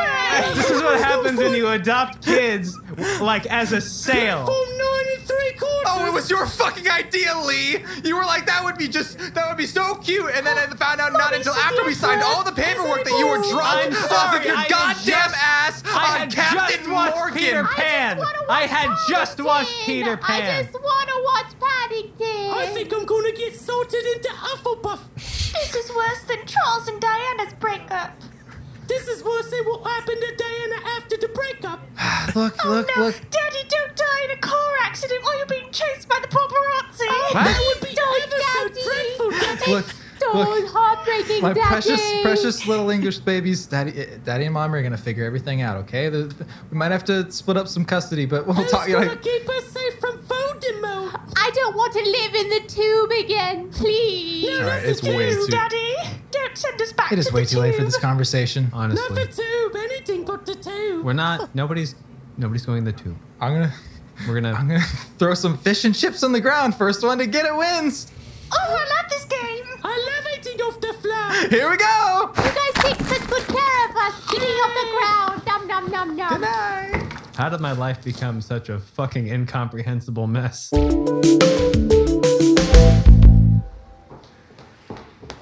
Speaker 5: This is what happens when you adopt kids, like as a sale.
Speaker 9: Platform nine and three quarters!
Speaker 3: Oh, it was your fucking idea, Lee. You were like, that would be just, that would be so cute, and then I found out not until after we signed all the paperwork that you were drunk
Speaker 5: I'm
Speaker 3: off
Speaker 5: sorry,
Speaker 3: of your
Speaker 5: I had
Speaker 3: goddamn
Speaker 5: just-
Speaker 3: ass
Speaker 5: I
Speaker 3: on
Speaker 5: had
Speaker 3: Captain
Speaker 5: just watched
Speaker 3: Morgan.
Speaker 5: Peter Pan. I had just watched Peter
Speaker 9: I
Speaker 5: Pan.
Speaker 9: just wanna watch Paddington! I think I'm gonna get sorted into Hufflepuff!
Speaker 14: This is worse than Charles and Diana's breakup.
Speaker 9: This is worse than what happened to Diana after the breakup!
Speaker 14: Oh,
Speaker 3: Look, look, look.
Speaker 14: Daddy, don't die in a car accident while you're being chased by the paparazzi.
Speaker 3: What?
Speaker 9: Oh, That would be ever so dreadful, Daddy!
Speaker 3: Look,
Speaker 9: so
Speaker 3: look.
Speaker 9: heartbreaking,
Speaker 3: My
Speaker 9: Daddy!
Speaker 3: precious, precious little English babies, Daddy, Daddy and Mom are gonna figure everything out, okay? The- we might have to split up some custody, but we'll
Speaker 9: Who's
Speaker 3: talk. You
Speaker 9: gonna
Speaker 3: know,
Speaker 9: keep us safe from Voldemort? I don't want to live in the tube again, please.
Speaker 3: All right, it's way too-
Speaker 14: Daddy, don't send us back
Speaker 3: it is
Speaker 14: to
Speaker 3: way
Speaker 14: the
Speaker 3: too late for
Speaker 14: tube.
Speaker 3: this conversation.
Speaker 5: Honestly.
Speaker 9: The tube, anything but the tube.
Speaker 5: Uh, We're not. Nobody's. Nobody's going in the tube.
Speaker 3: I'm gonna.
Speaker 5: We're gonna.
Speaker 3: I'm gonna throw some fish and chips on the ground. First one to get it wins.
Speaker 14: Oh, I love this game.
Speaker 9: I love eating off the floor.
Speaker 3: Here we go.
Speaker 9: You guys take such good care of us, getting off the ground. Nom nom nom nom. Good night.
Speaker 5: How did my life become such a fucking incomprehensible mess?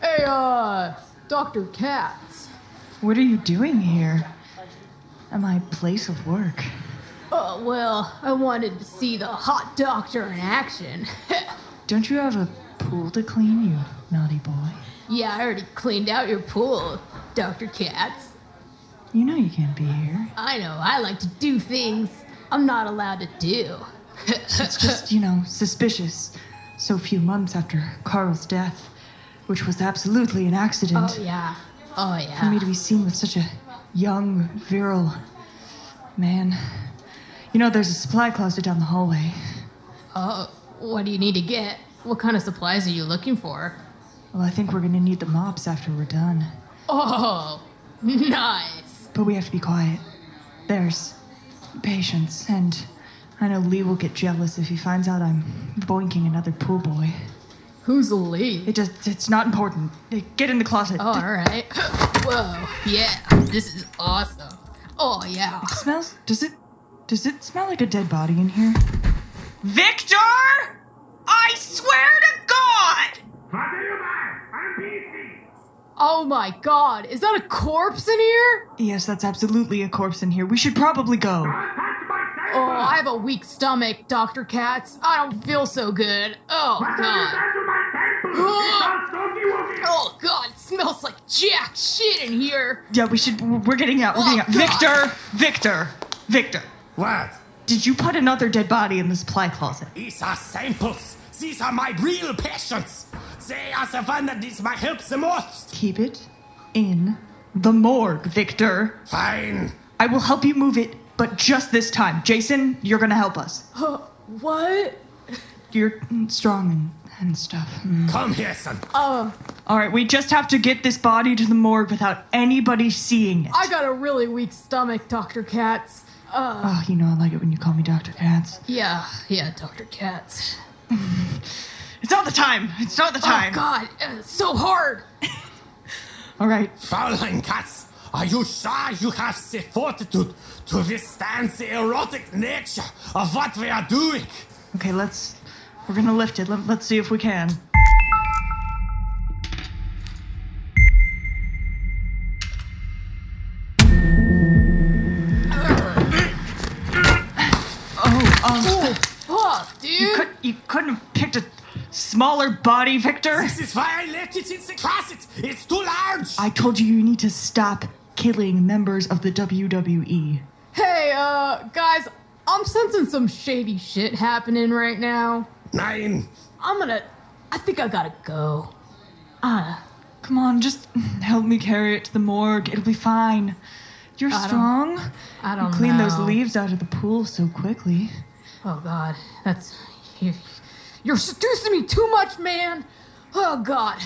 Speaker 7: Hey, uh, Dr. Katz.
Speaker 6: What are you doing here? At my place of work.
Speaker 7: Oh, well, I wanted to see the hot doctor in action.
Speaker 6: Don't you have a pool to clean, you naughty boy?
Speaker 7: yeah, I already cleaned out your pool, Dr. Katz.
Speaker 6: You know you can't be here.
Speaker 7: I know, I like to do things I'm not allowed to do.
Speaker 6: It's just, you know, suspicious. So few months after Carl's death, which was absolutely an accident.
Speaker 7: Oh, yeah. Oh,
Speaker 6: For me
Speaker 7: yeah.
Speaker 6: to be seen with such a young, virile man. You know, there's a supply closet down the hallway.
Speaker 7: Oh, what do you need to get? What kind of supplies are you looking for?
Speaker 6: Well, I think we're gonna need the mops after we're done.
Speaker 7: Oh, nice.
Speaker 6: But we have to be quiet. There's patience, and I know Lee will get jealous if he finds out I'm boinking another pool boy.
Speaker 7: Who's Lee?
Speaker 6: It just, it's not important. Get in the closet.
Speaker 7: Oh, all right. Whoa. Yeah, this is awesome. Oh, yeah.
Speaker 6: It smells, does it, does it smell like a dead body in here?
Speaker 15: Victor? I swear to God!
Speaker 7: Oh my god, is that a corpse in here?
Speaker 6: Yes, that's absolutely a corpse in here. We should probably go.
Speaker 7: Oh, I have a weak stomach, Dr. Katz. I don't feel so good. Oh god. Oh god, it smells like jack shit in here.
Speaker 6: Yeah, we should. We're getting out. We're getting out. Victor! Victor! Victor!
Speaker 8: What?
Speaker 6: Did you put another dead body in the supply closet?
Speaker 8: These are samples. These are my real patients. They are the one that needs my help the most.
Speaker 6: Keep it in the morgue, Victor.
Speaker 8: Fine.
Speaker 6: I will help you move it, but just this time. Jason, you're gonna help us.
Speaker 7: what?
Speaker 6: You're mm, strong and, and stuff.
Speaker 13: Mm.
Speaker 8: Come here, son.
Speaker 7: Um,
Speaker 6: All right, we just have to get this body to the morgue without anybody seeing it.
Speaker 7: I got a really weak stomach, Dr. Katz. Uh,
Speaker 6: Oh, you know I like it when you call me Dr. Katz.
Speaker 7: yeah, yeah, Dr. Katz.
Speaker 6: It's not the time. It's not the time.
Speaker 7: Oh god, uh, it's so hard.
Speaker 6: All right.
Speaker 8: Fräulein Katz, are you sure you have the fortitude to withstand the erotic nature of what we are doing?
Speaker 6: Okay, let's. We're gonna lift it. Let, let's see if we can. Oh, um,
Speaker 7: Fuck, dude.
Speaker 6: you, could, you couldn't have picked a smaller body, Victor.
Speaker 8: This is why I left it in the closet. It's too large.
Speaker 6: I told you you need to stop killing members of the E. WWE.
Speaker 7: Hey, uh, guys, I'm sensing some shady shit happening right now.
Speaker 8: Nine.
Speaker 7: I'm gonna. I think I gotta go. Uh,
Speaker 6: Come on, just help me carry it to the morgue. It'll be fine. You're
Speaker 16: I don't-
Speaker 6: strong.
Speaker 16: I don't
Speaker 6: You clean those
Speaker 16: know.
Speaker 6: leaves out of the pool so quickly.
Speaker 16: Oh God, that's you, you're seducing me too much, man. Oh God,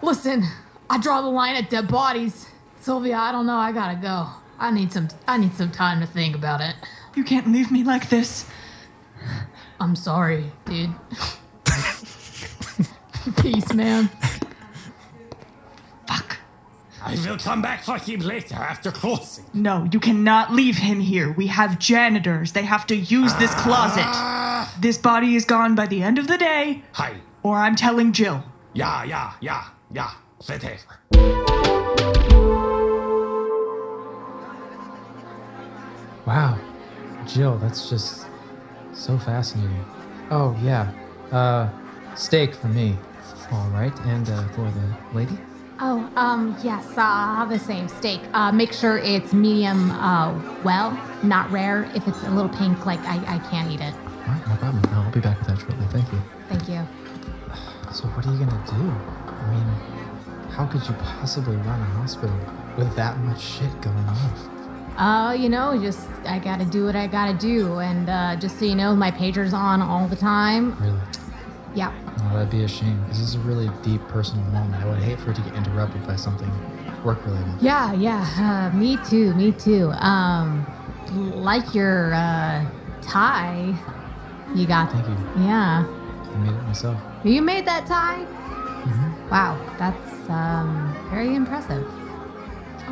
Speaker 16: listen, I draw the line at dead bodies. Sylvia, I don't know. I gotta go. I need some. I need some time to think about it.
Speaker 6: You can't leave me like this.
Speaker 16: I'm sorry, dude. Peace, man.
Speaker 8: I will come back for him later after closing.
Speaker 6: No, you cannot leave him here. We have janitors. They have to use this closet. This body is gone by the end of the day,
Speaker 8: Hi.
Speaker 6: or I'm telling Jill.
Speaker 8: Yeah, yeah, yeah, yeah. Later.
Speaker 3: Wow. Jill, that's just so fascinating. Oh, yeah. Uh, steak for me. All right. And uh, for the lady?
Speaker 7: Oh, um, yes, uh, I'll have the same steak. Uh, make sure it's medium uh, well, not rare. If it's a little pink, like, I, I can't eat it.
Speaker 3: All right, no problem. I'll be back with that shortly. Thank you.
Speaker 7: Thank you.
Speaker 3: So, what are you going to do? I mean, how could you possibly run a hospital with that much shit going on?
Speaker 7: Uh, you know, just I gotta do what I gotta do, and uh, just so you know, my pager's on all the time.
Speaker 3: Really?
Speaker 7: Yeah.
Speaker 3: Oh, that'd be a shame. 'cause This is a really deep personal moment. I would hate for it to get interrupted by something work related.
Speaker 7: Yeah, yeah. Uh, me too. Me too. Um, like your uh, tie, you got.
Speaker 3: Thank you.
Speaker 7: Yeah.
Speaker 3: I made it myself.
Speaker 7: You made that tie.
Speaker 3: Mm-hmm.
Speaker 7: Wow, that's um, very impressive.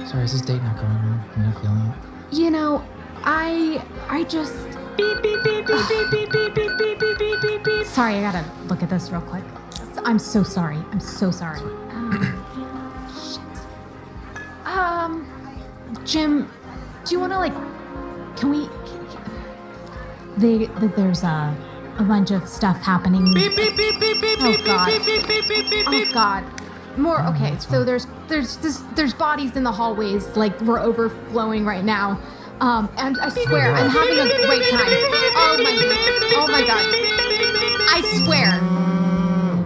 Speaker 3: Sorry, is this date not going well? You're not feeling it?
Speaker 7: You know, I I just beep beep beep beep beep beep beep beep beep beep beep beep beep. Sorry, I gotta look at this real quick. I'm so sorry. I'm so sorry. Um, shit. Um, Jim, do you want to like? Can we? They, th- there's a a bunch of stuff happening.
Speaker 16: Beep beep beep beep beep
Speaker 7: Oh,
Speaker 16: beep
Speaker 7: God.
Speaker 16: beep beep beep beep beep
Speaker 7: Oh
Speaker 16: beep.
Speaker 7: God. More okay. So there's there's this, there's bodies in the hallways. Like we're overflowing right now. Um, and I swear I'm having a great time. Oh my oh my God. I swear.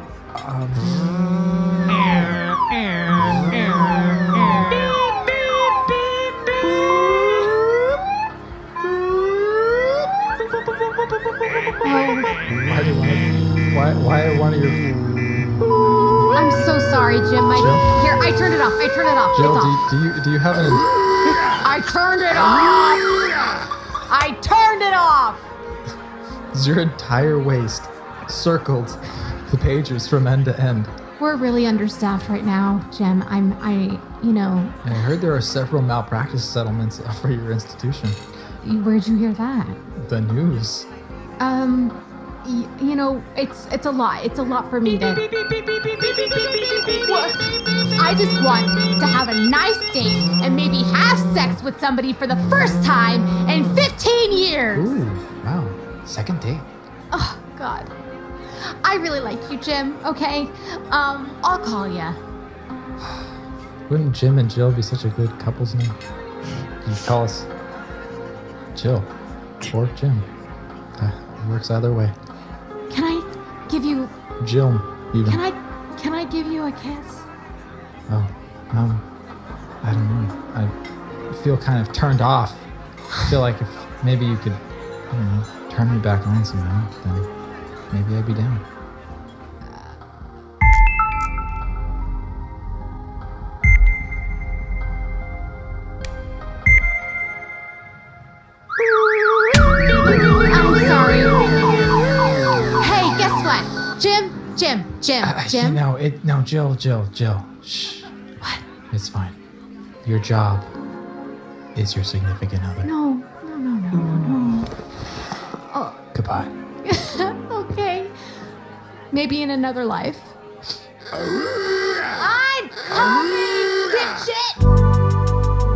Speaker 3: Why do I? Why? Why one of your?
Speaker 7: I'm so sorry, Jim. I, here, I turned it off. I turned it off.
Speaker 3: Jill,
Speaker 7: it's
Speaker 3: do
Speaker 7: off.
Speaker 3: you, do you do you have an?
Speaker 7: I turned it off. I turned it off.
Speaker 3: Is your entire waist circled the pages from end to end?
Speaker 7: We're really understaffed right now, Jim. I'm I you know
Speaker 3: And I heard there are several malpractice settlements for your institution.
Speaker 7: you- where'd you hear that?
Speaker 3: The news.
Speaker 7: Um, y- you know, it's it's a lot. It's a lot for me to. What? I just want to have a nice date and maybe have sex with somebody for the first time in 15 years.
Speaker 3: Ooh, wow. Second date.
Speaker 7: Oh God, I really like you, Jim. Okay, um, I'll call you.
Speaker 3: Wouldn't Jim and Jill be such a good couple's name? You call us Jill or Jim. Uh, it works either way.
Speaker 7: Can I give you?
Speaker 3: Jill, even.
Speaker 7: Can I? Can I give you a kiss?
Speaker 3: Oh, um, I don't know. I feel kind of turned off. I feel like if maybe you could, I don't know, turn me back on somehow, then maybe I'd be down.
Speaker 7: I'm sorry. Hey, guess what? Jim, Jim, Jim,
Speaker 3: I-
Speaker 7: Jim.
Speaker 3: No, it no, Jill, Jill, Jill. Shh. What? It's fine. Your job is your significant other.
Speaker 7: No, no, no, no, no, no.
Speaker 3: Goodbye.
Speaker 7: Oh, okay. Maybe in another life. I'm coming, dipshit!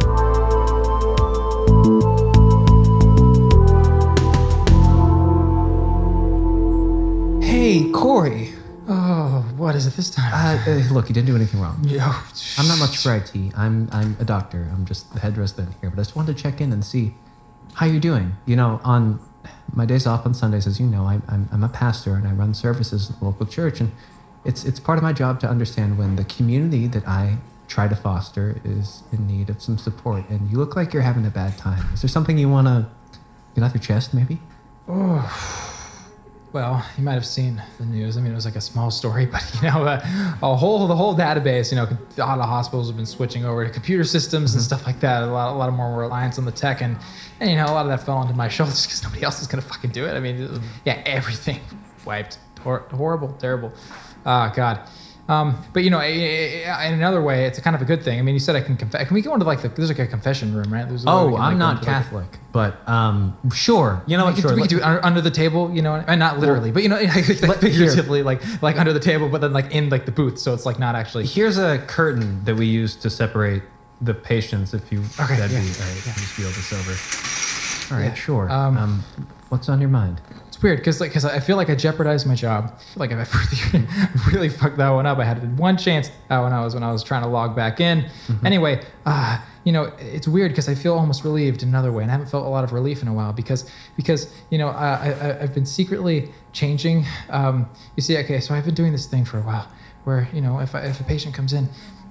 Speaker 3: Hey, Corey. Oh, what is it this time?
Speaker 5: Uh, uh, look, you didn't do anything wrong.
Speaker 3: Yeah.
Speaker 5: I'm not much for IT. I'm I'm a doctor. I'm just the head resident here, but I just wanted to check in and see how you're doing. You know, on my days off on Sundays, as you know, I, I'm I'm a pastor and I run services at the local church, and it's it's part of my job to understand when the community that I try to foster is in need of some support, and you look like you're having a bad time. Is there something you want to get off your chest, maybe?
Speaker 3: Well, you might have seen the news. I mean, it was like a small story, but you know, uh, a whole the whole database. You know, a lot of hospitals have been switching over to computer systems
Speaker 5: Mm-hmm.
Speaker 3: and stuff like that. A lot, a lot of more reliance on the tech, and, and you know, a lot of that fell onto my shoulders because nobody else is gonna fucking do it. I mean,
Speaker 5: Mm-hmm.
Speaker 3: it- yeah, everything wiped, Hor- horrible, terrible. Ah, God. Um, but you know, i- i- i- in another way, it's kind of a good thing. I mean, you said I can confess. Can we go into like the? There's like a confession room, right? There's a way we
Speaker 5: Oh,
Speaker 3: can,
Speaker 5: I'm
Speaker 3: like, go
Speaker 5: not
Speaker 3: into, like, a-
Speaker 5: Catholic, but um, sure. You know
Speaker 3: we
Speaker 5: what?
Speaker 3: could,
Speaker 5: Sure.
Speaker 3: we could
Speaker 5: let-
Speaker 3: do it un- under the table, you know, and not literally, but you know, like, figuratively, like like under the table, but then like in like the booth, so it's like not actually.
Speaker 5: Here's a curtain that we use to separate the patients. If you
Speaker 3: Okay,
Speaker 5: that'd
Speaker 3: yeah,
Speaker 5: be all right, just be able to silver. All right,
Speaker 3: Yeah.
Speaker 5: sure.
Speaker 3: Um,
Speaker 5: Um, what's on your mind?
Speaker 3: It's weird because like because I feel like I jeopardized my job. Like if I really, really fucked that one up, I had one chance uh, when I was when I was trying to log back in. Anyway, uh, you know, it's weird because I feel almost relieved in another way, and I haven't felt a lot of relief in a while because because you know uh, I, I I've been secretly changing. Um, you see, okay, so I've been doing this thing for a while where you know if I, if a patient comes in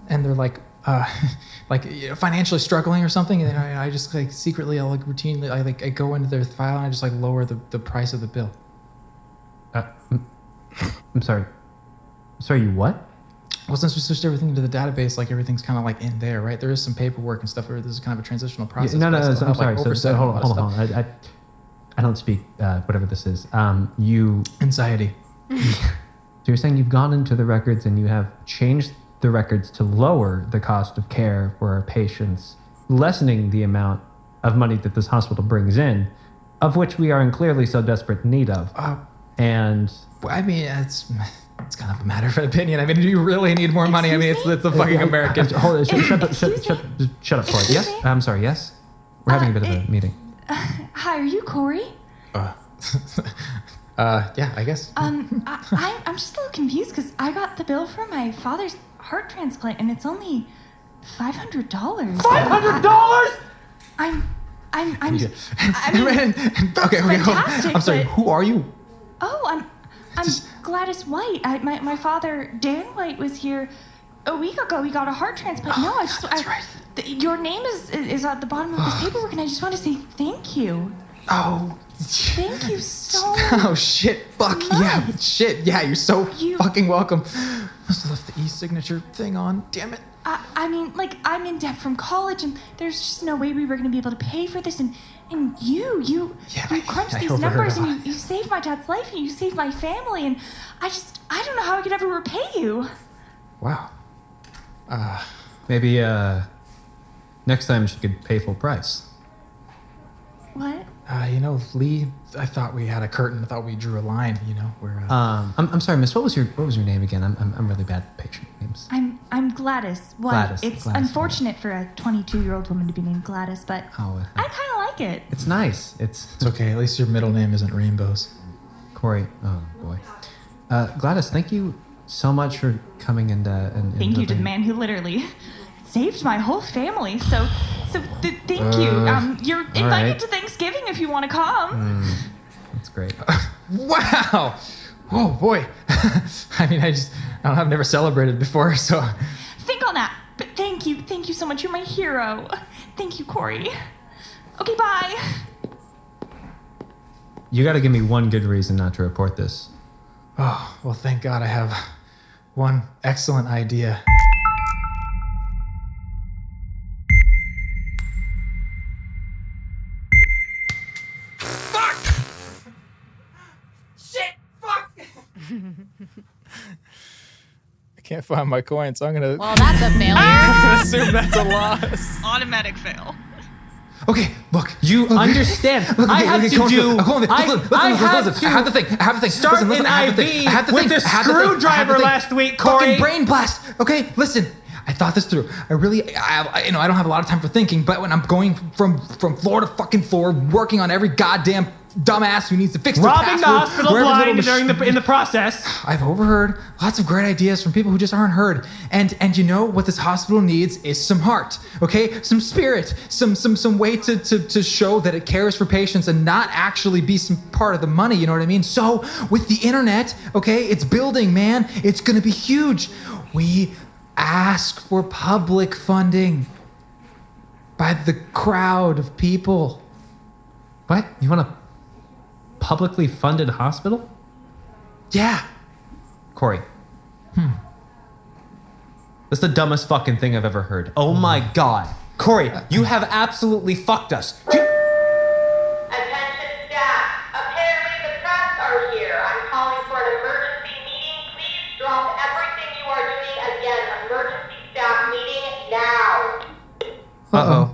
Speaker 3: and they're like uh, like you know, financially struggling or something, and then I, I just like secretly, I like routinely, I like I go into their file and I just like lower the, the price of the bill.
Speaker 5: Uh, mm, I'm sorry. Sorry, you what?
Speaker 3: Well, since we switched everything to the database, like everything's kind of like in there, right? There is some paperwork and stuff. Or this is kind of a transitional process.
Speaker 5: Yeah, no,
Speaker 3: but I
Speaker 5: no, no, I'm
Speaker 3: still have,
Speaker 5: sorry. so,
Speaker 3: oversight
Speaker 5: so hold
Speaker 3: a
Speaker 5: on,
Speaker 3: lot of
Speaker 5: hold on.
Speaker 3: stuff.
Speaker 5: hold on. I, I, I don't speak uh, whatever this is. Um, you
Speaker 3: anxiety.
Speaker 5: So you're saying you've gone into the records and you have changed the records to lower the cost of care for our patients, lessening the amount of money that this hospital brings in, of which we are in clearly so desperate need of.
Speaker 3: Uh,
Speaker 5: and
Speaker 3: Well, I mean, it's it's kind of a matter of opinion. I mean, do you really need more money? I mean, it's, it's the fucking
Speaker 5: Uh, uh,
Speaker 3: American.
Speaker 5: uh, Hold on, shut, shut, up, shut, shut, shut up, Corey. Yes, I'm sorry. Yes, we're having a bit of a meeting.
Speaker 13: Hi, are you Corey?
Speaker 3: Uh, yeah, I guess.
Speaker 13: Um, I, I, I'm just a little confused because I got the bill for my father's heart transplant and it's only five hundred dollars.
Speaker 3: dollars.
Speaker 13: I'm, I'm, I'm.
Speaker 3: Yeah.
Speaker 13: I mean,
Speaker 3: okay, okay, hold on.
Speaker 13: fantastic,
Speaker 3: I'm sorry.
Speaker 13: but-
Speaker 3: Who are you?
Speaker 13: Oh, I'm, I'm Gladys White. I, my, my father, Dan White, was here a week ago. He got a heart transplant. no,
Speaker 3: Oh,
Speaker 13: I just, I, th- your name is is at the bottom of this paperwork, and I just want to say thank you.
Speaker 3: Oh.
Speaker 13: Thank you so.
Speaker 3: Oh shit! Fuck yeah! Shit yeah! You're so fucking welcome. Must have left the e-signature thing on. Damn it!
Speaker 13: I, I mean, like I'm in debt from college, and there's just no way we were going to be able to pay for this. And and you, you, you crunched
Speaker 3: I
Speaker 13: these
Speaker 3: overheard
Speaker 13: numbers,
Speaker 3: a
Speaker 13: and
Speaker 3: lot.
Speaker 13: you, you saved my dad's life, and you saved my family, and I just, I don't know how I could ever repay you.
Speaker 3: Wow. Uh,
Speaker 5: Maybe uh, next time she could pay full price.
Speaker 13: What?
Speaker 3: Uh, you know, Lee. I thought we had a curtain. I thought we drew a line. You know, where uh,
Speaker 5: Um, I'm, I'm sorry, Miss. What was your What was your name again? I'm I'm, I'm really bad at patient names.
Speaker 13: I'm I'm Gladys. Why?
Speaker 5: Gladys,
Speaker 13: it's
Speaker 5: Gladys,
Speaker 13: unfortunate for a 22 year old woman to be named Gladys, but
Speaker 5: Oh,
Speaker 13: I kind of like it.
Speaker 5: It's nice. It's
Speaker 3: it's okay. At least your middle name isn't Rainbows.
Speaker 5: Corey. Oh boy, uh, Gladys. Thank you so much for coming and uh, and, and
Speaker 13: Thank you to the
Speaker 5: delivering-
Speaker 13: man who literally saved my whole family. So so th- thank you.
Speaker 5: Uh,
Speaker 13: Um, you're
Speaker 5: all
Speaker 13: invited
Speaker 5: right.
Speaker 13: to Thanksgiving if you want to come.
Speaker 5: Mm, That's great.
Speaker 3: Wow. Whoa, boy. I mean, I just I don't know. I've never celebrated before, so
Speaker 13: Think on that. But thank you, thank you so much. You're my hero. Thank you, Corey. Okay, bye.
Speaker 5: You got to give me one good reason not to report this.
Speaker 3: Oh, well, thank God I have one excellent idea.
Speaker 17: Shit! Fuck!
Speaker 3: I can't find my coin, so I'm gonna.
Speaker 7: Well, that's a failure.
Speaker 6: Ah!
Speaker 3: assume that's a loss.
Speaker 13: Automatic fail.
Speaker 3: Okay, look.
Speaker 5: You understand. I have to do-
Speaker 3: uh,
Speaker 5: I- I have
Speaker 3: I have the thing. I have the thing.
Speaker 5: start
Speaker 3: listen, listen,
Speaker 5: an
Speaker 3: I have the thing.
Speaker 5: IV
Speaker 3: I have the
Speaker 5: with
Speaker 3: thing.
Speaker 5: the
Speaker 3: I have the thing. I have the
Speaker 5: screwdriver
Speaker 3: thing.
Speaker 5: last week, Corey.
Speaker 3: Fucking brain blast. Okay, listen. I thought this through. I really, I, I- you know, I don't have a lot of time for thinking, but when I'm going from from floor to fucking floor, working on every goddamn dumbass who needs to fix their
Speaker 18: Robbing the
Speaker 3: password,
Speaker 18: hospital
Speaker 3: wherever little
Speaker 18: blind
Speaker 3: mach-
Speaker 18: during the in the process.
Speaker 3: I've overheard lots of great ideas from people who just aren't heard. And and you know what this hospital needs is some heart, okay? Some spirit, some some some way to, to, to show that it cares for patients and not actually be some part of the money, you know what I mean? So with the internet, okay, it's building, man, it's gonna be huge. We ask for public funding by the crowd of people.
Speaker 18: What? You want a publicly funded hospital?
Speaker 3: Yeah.
Speaker 18: Corey.
Speaker 3: Hmm.
Speaker 18: That's the dumbest fucking thing I've ever heard. Oh my god. Corey, you have absolutely fucked us. You-
Speaker 3: Uh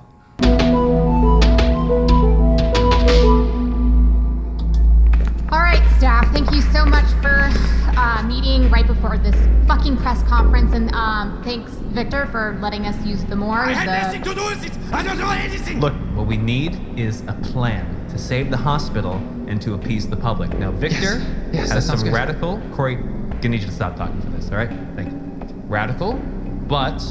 Speaker 7: All right, staff. Thank you so much for uh, meeting right before this fucking press conference, and um, thanks, Victor, for letting us use the more.
Speaker 8: I had
Speaker 7: The...
Speaker 8: nothing to do with it. I don't know anything.
Speaker 5: Look, what we need is a plan to save the hospital and to appease the public. Now, Victor
Speaker 3: Yes, that
Speaker 5: has
Speaker 3: sounds
Speaker 5: some
Speaker 3: good.
Speaker 5: radical. Corey, gonna need you to stop talking for this. All right, thank you. Radical, but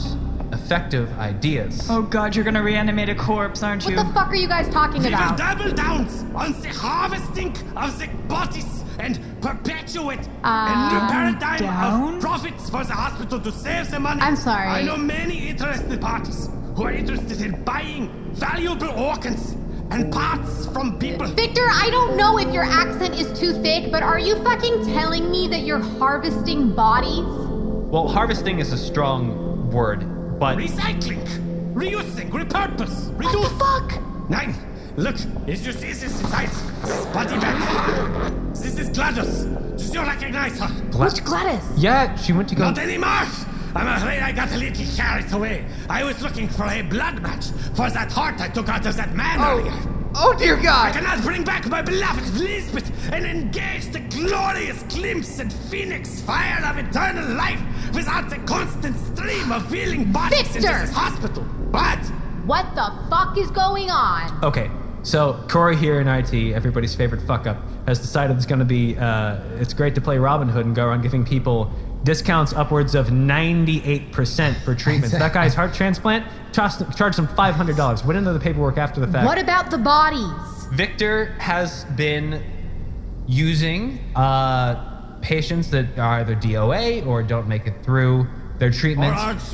Speaker 5: effective ideas.
Speaker 6: Oh god, you're gonna reanimate a corpse, aren't you?
Speaker 7: What the fuck are you guys talking
Speaker 8: We will
Speaker 7: about?
Speaker 8: double down on the harvesting of the bodies and perpetuate a new
Speaker 7: Um,
Speaker 8: paradigm
Speaker 7: down?
Speaker 8: of profits for the hospital to save the money.
Speaker 7: I'm sorry.
Speaker 8: I know many interested parties who are interested in buying valuable organs and parts from people.
Speaker 7: Victor, I don't know if your accent is too thick, but are you fucking telling me that you're harvesting bodies?
Speaker 5: Well, harvesting is a strong word, but
Speaker 8: Recycling, reusing, repurpose, reduce. What the fuck? Nine. Look, if you see this inside, this body bag. This is Gladys. Did you recognize her?
Speaker 5: Which
Speaker 7: Gladys?
Speaker 5: Yeah, she went to go.
Speaker 8: Not anymore! I'm afraid I got a little carried away. I was looking for a blood match for that heart I took out of that man oh. earlier.
Speaker 17: Oh, dear God.
Speaker 8: I cannot bring back my beloved Lisbeth and engage the glorious glimpse and phoenix fire of eternal life without the constant stream of healing bodies into
Speaker 7: Victor!
Speaker 8: this hospital. What?
Speaker 7: What the fuck is going on?
Speaker 5: Okay, so Corey here in IT, everybody's favorite fuck up, has decided it's going to be uh, it's great to play Robin Hood and go around giving people discounts upwards of 98% for treatments. that guy's heart transplant charged, charged him $500. Went into the paperwork after the fact.
Speaker 7: What about the bodies?
Speaker 5: Victor has been using uh, patients that are either DOA or don't make it through their treatments.